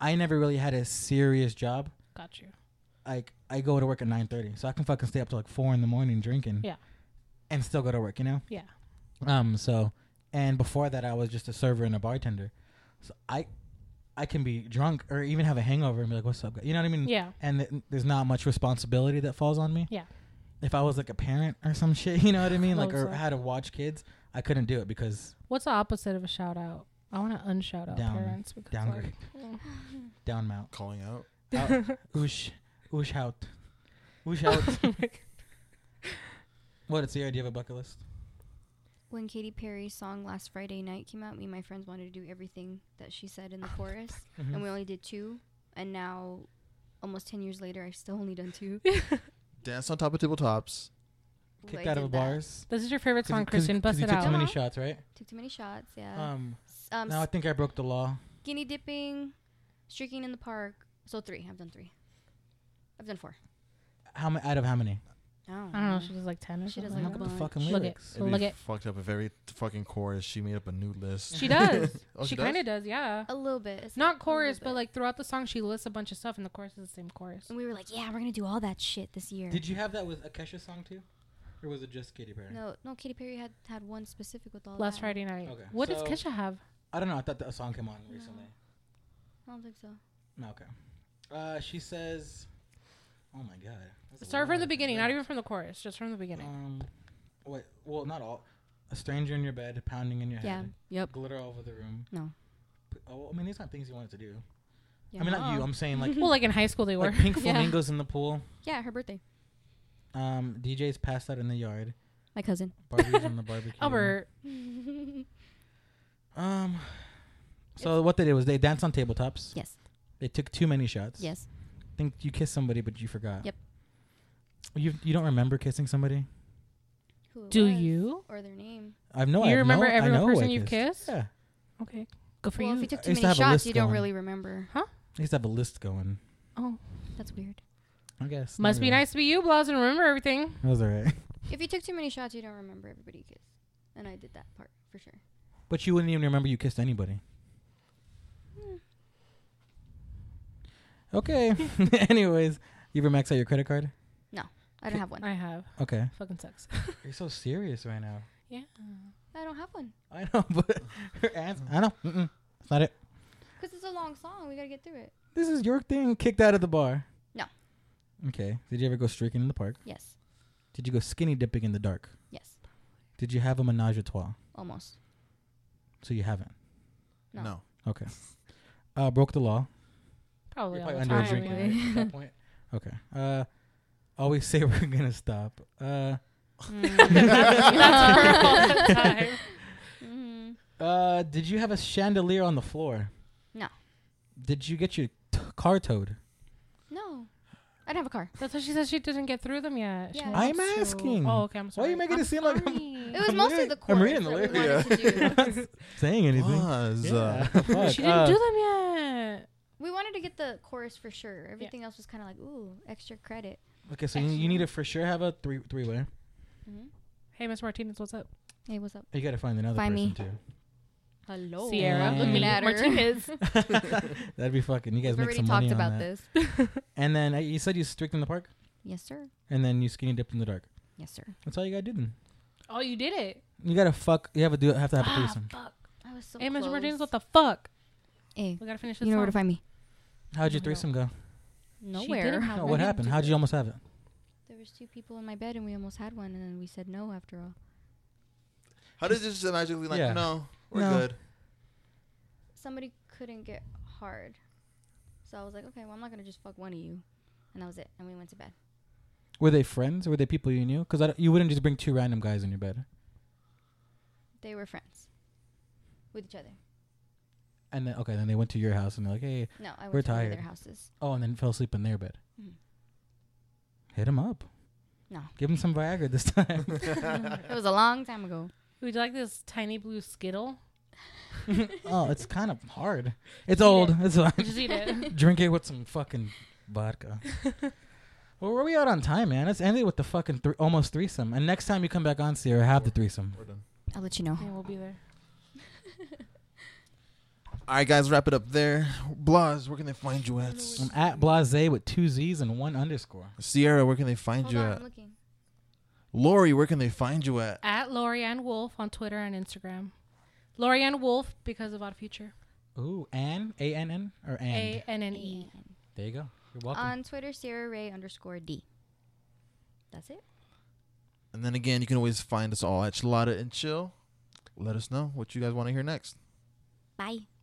B: I never really had a serious job,
C: Got you.
B: like I go to work at nine thirty, so I can fucking stay up to like four in the morning drinking.
C: Yeah.
B: And still go to work, you know.
C: Yeah.
B: Um. So, and before that, I was just a server and a bartender, so I, I can be drunk or even have a hangover and be like, "What's up?" guy?" You know what I mean?
C: Yeah.
B: And th- there's not much responsibility that falls on me.
C: Yeah.
B: If I was like a parent or some shit, you know what I mean? Like,
C: Most
B: or had to watch kids, I couldn't do it because
C: What's the opposite of a shout out? I want to unshout out
B: Down-
C: parents because
B: downgrade,
C: like,
B: down mount.
A: Calling out.
B: Out. Oosh, oosh out, oosh out. what? It's the Do you have a bucket list?
D: When Katy Perry's song Last Friday Night came out, me and my friends wanted to do everything that she said in the chorus,
B: Mm-hmm.
D: and we
B: Mm.
D: only did two. And now, almost 10 years later, I've still only done two.
A: Dance on top of tabletops.
D: Well,
B: Kicked
D: I
B: out of
D: did
B: the
D: that.
B: bars.
C: this is your favorite
B: 'Cause you-
C: song,
B: 'cause you-
C: Christian. Bust
B: 'cause you
C: it
B: took Too
C: out.
B: many
D: Uh-huh.
B: shots, right?
D: Took too many shots, yeah.
B: Um.
D: S- Um,
B: Now I think I broke the law.
D: skinny dipping, streaking in the park. So three. I've done three. I've done four.
B: How many? Out of how many?
C: I don't know. She does like ten or
D: She does
C: something.
D: like
C: Like
D: a
B: Look at the
D: bunch.
B: fucking
C: Look
B: lyrics.
C: It'd be Look at-
A: fucked up if every fucking chorus she made up a new list.
C: she does.
A: Oh,
C: she
A: she does?
C: kind of does. Yeah.
D: A little bit. It's a
C: Not
D: little
C: chorus,
D: bit.
C: but like throughout the song, she lists a bunch of stuff, and the chorus is the same chorus.
D: And we were like, yeah, we're gonna do all that shit this year.
B: Did you have that with Akesha's song too, or was it just Katy Perry?
D: No, no. Katy Perry had had one specific with all
C: Last
D: that.
C: Friday night.
B: Okay.
C: What does
B: So-
C: Kesha have?
B: I don't know. I thought that song came on recently.
D: I don't think so.
B: No. Okay. Uh, she says, "Oh my god." that's a
C: Start from
B: lot
C: the
B: of
C: beginning, not
B: lyrics.
C: even from the chorus, just from the beginning.
B: Um, wait. Well, not all. A stranger in your bed, pounding in your
D: Yeah.
B: head.
D: Yep.
B: Glitter all over the room.
D: No.
B: P- Oh, I mean, these aren't things you wanted to do.
D: Yeah.
B: I mean, not you. I'm saying like,
C: well, like in high school, they were.
B: like pink
D: Yeah.
B: flamingos in the pool.
D: yeah, her birthday.
B: Um, DJ's passed out in the yard.
D: My cousin.
B: Barbies on the barbecue.
C: Albert.
B: Um. So what they did was they danced on tabletops.
D: Yes.
B: They took too many shots.
D: Yes.
B: Think you kissed somebody, but you forgot.
D: Yep.
B: You you don't remember kissing somebody?
D: Who it
C: Do
D: was
C: you?
D: Or their name.
B: I've no.
C: You
B: I have
C: remember
B: no, I
C: every
B: know who I
C: person you've kissed?
B: Yeah.
C: Okay. Go for
D: well, if
C: you.
D: you took
B: I
D: too
B: used to
D: many
B: have a
D: shots,
B: list
D: you don't
B: going.
D: really remember.
B: I used to have a list going.
C: oh,
D: That's weird.
B: I guess.
C: must
B: Not
C: be
B: really.
C: nice to be you, Blas, and remember everything.
B: That was alright.
D: If you took too many shots, you don't remember everybody you kissed. And I did that part for sure.
B: But you wouldn't even remember you kissed anybody.
C: Hmm.
B: Okay. Anyways, you ever max out your credit card?
D: I don't have one.
C: I have.
B: Okay.
C: Fucking sucks.
B: You're so serious right now.
C: yeah.
D: I don't have one.
B: I know, but her answer. I know. Mm-mm. That's not it.
D: Because it's a long song. We gotta get through it.
B: This is your thing. Kicked out of the bar.
D: No.
B: Okay. Did you ever go streaking in the park?
D: Yes.
B: Did you go skinny dipping in the dark?
D: Yes.
B: Did you have a menage a trois?
D: Almost.
B: So you haven't.
D: No.
A: No.
B: Okay. Uh, broke the law.
C: Probably
B: You're
C: all
B: probably
C: the
B: underage
C: time.
B: drinking
C: really.
B: right, at that point. Okay. Uh, always say we're gonna stop. Uh,
D: Mm.
C: That's her all the time.
D: Mm-hmm.
B: uh, did you have a chandelier on the floor?
D: No.
B: Did you get your t- car towed?
D: No. I don't have a car.
C: That's why she says she didn't get through them yet. She
D: Yeah.
C: wants
B: I'm
C: to.
B: asking.
C: Oh, okay. I'm sorry.
B: Why are you making
C: I'm
B: it seem like I'm
D: It
C: sorry.
D: was
B: I'm
D: mostly
B: reading-
D: the
B: I'm
D: chorus.
B: reading the
D: that we
A: lyrics.
D: wanted to do.
B: saying anything?
A: Pause.
B: Yeah,
A: Uh,
B: fuck.
C: She didn't
B: Uh,
C: do them yet.
D: We wanted to get the chorus for sure. Everything else was kind of like, ooh, extra credit.
B: Okay, so you, you need to for sure have a three three way.
C: Mm-hmm. Hey, Miss Martinez, what's up?
D: Hey, what's up?
B: You got to find another
D: Find
B: person
D: me.
B: too.
D: Hello.
C: Sierra,
B: Mm.
D: Looking
C: me,
D: at her.
C: Martinez.
B: That'd be fucking. You guys make
D: We've already
B: some money
D: talked
B: on
D: about
B: that.
D: this.
B: And then uh, you said you streaked in the park,
D: Yes, sir.
B: and then you skinny dipped in the dark.
D: Yes, sir.
B: That's all you gotta do. Then
C: oh, you did it.
B: you gotta fuck. You have to do. Have to have a
C: Ah,
B: threesome.
C: fuck.
D: I was so
C: Hey, Miss
D: close.
C: Martinez, what the fuck?
D: Hey,
C: We gotta finish this.
D: you know where to
C: song.
D: find me.
B: How'd your
C: No.
B: threesome go?
D: Nowhere.
C: have
B: No,
C: one.
B: what
C: You
B: happened?
C: did
B: How'd you almost have it?
D: There was two people in my bed, and we almost had one, and then we said no after all.
A: How did this just magically like
B: Yeah.
A: no, we're
B: No.
A: good.
D: Somebody couldn't get hard, so I was like, okay, well, I'm not gonna just fuck one of you, and that was it. And we went to bed.
B: Were they friends? Were they people you knew? Because you wouldn't just bring two random guys in your bed.
D: They were friends with each other.
B: And then okay, then they went to your house and they're like, hey,
D: No, I went
B: We're
D: to one of
B: tired.
D: their houses.
B: oh, and then fell asleep in their bed.
C: Hmm.
D: Mhm.
B: Hit them up.
D: No.
B: Give them some Viagra this time.
D: it was a long time ago.
C: Would you like this tiny blue Skittle?
B: oh, it's kind of hard. It's old. It's fine.
C: Just eat it.
B: Drink it with some fucking vodka. well, were we out on time, man? Let's end it with the fucking thr almost threesome. And next time you come back on, Sierra, have the threesome.
A: We're done.
D: I'll let you know.
C: yeah, we'll be there.
A: All right, guys, wrap it up there. Blas, where can they find you at?
B: I'm at Blase with two Z's and one underscore.
A: Sierra, where can they find
D: Hold
A: you
D: on,
A: at?
D: I'm looking.
A: Lori, where can they find you at?
C: At Lorianne Wolf on Twitter and Instagram. Lorianne Wolf because of Odd Future.
B: Ooh, and A N N or and.
C: A N N E.
B: There you go. You're welcome.
D: On Twitter, Sarah Ray underscore D. That's it.
A: And then again, you can always find us all at Chilada and Chill. Let us know what you guys want to hear next.
D: Bye.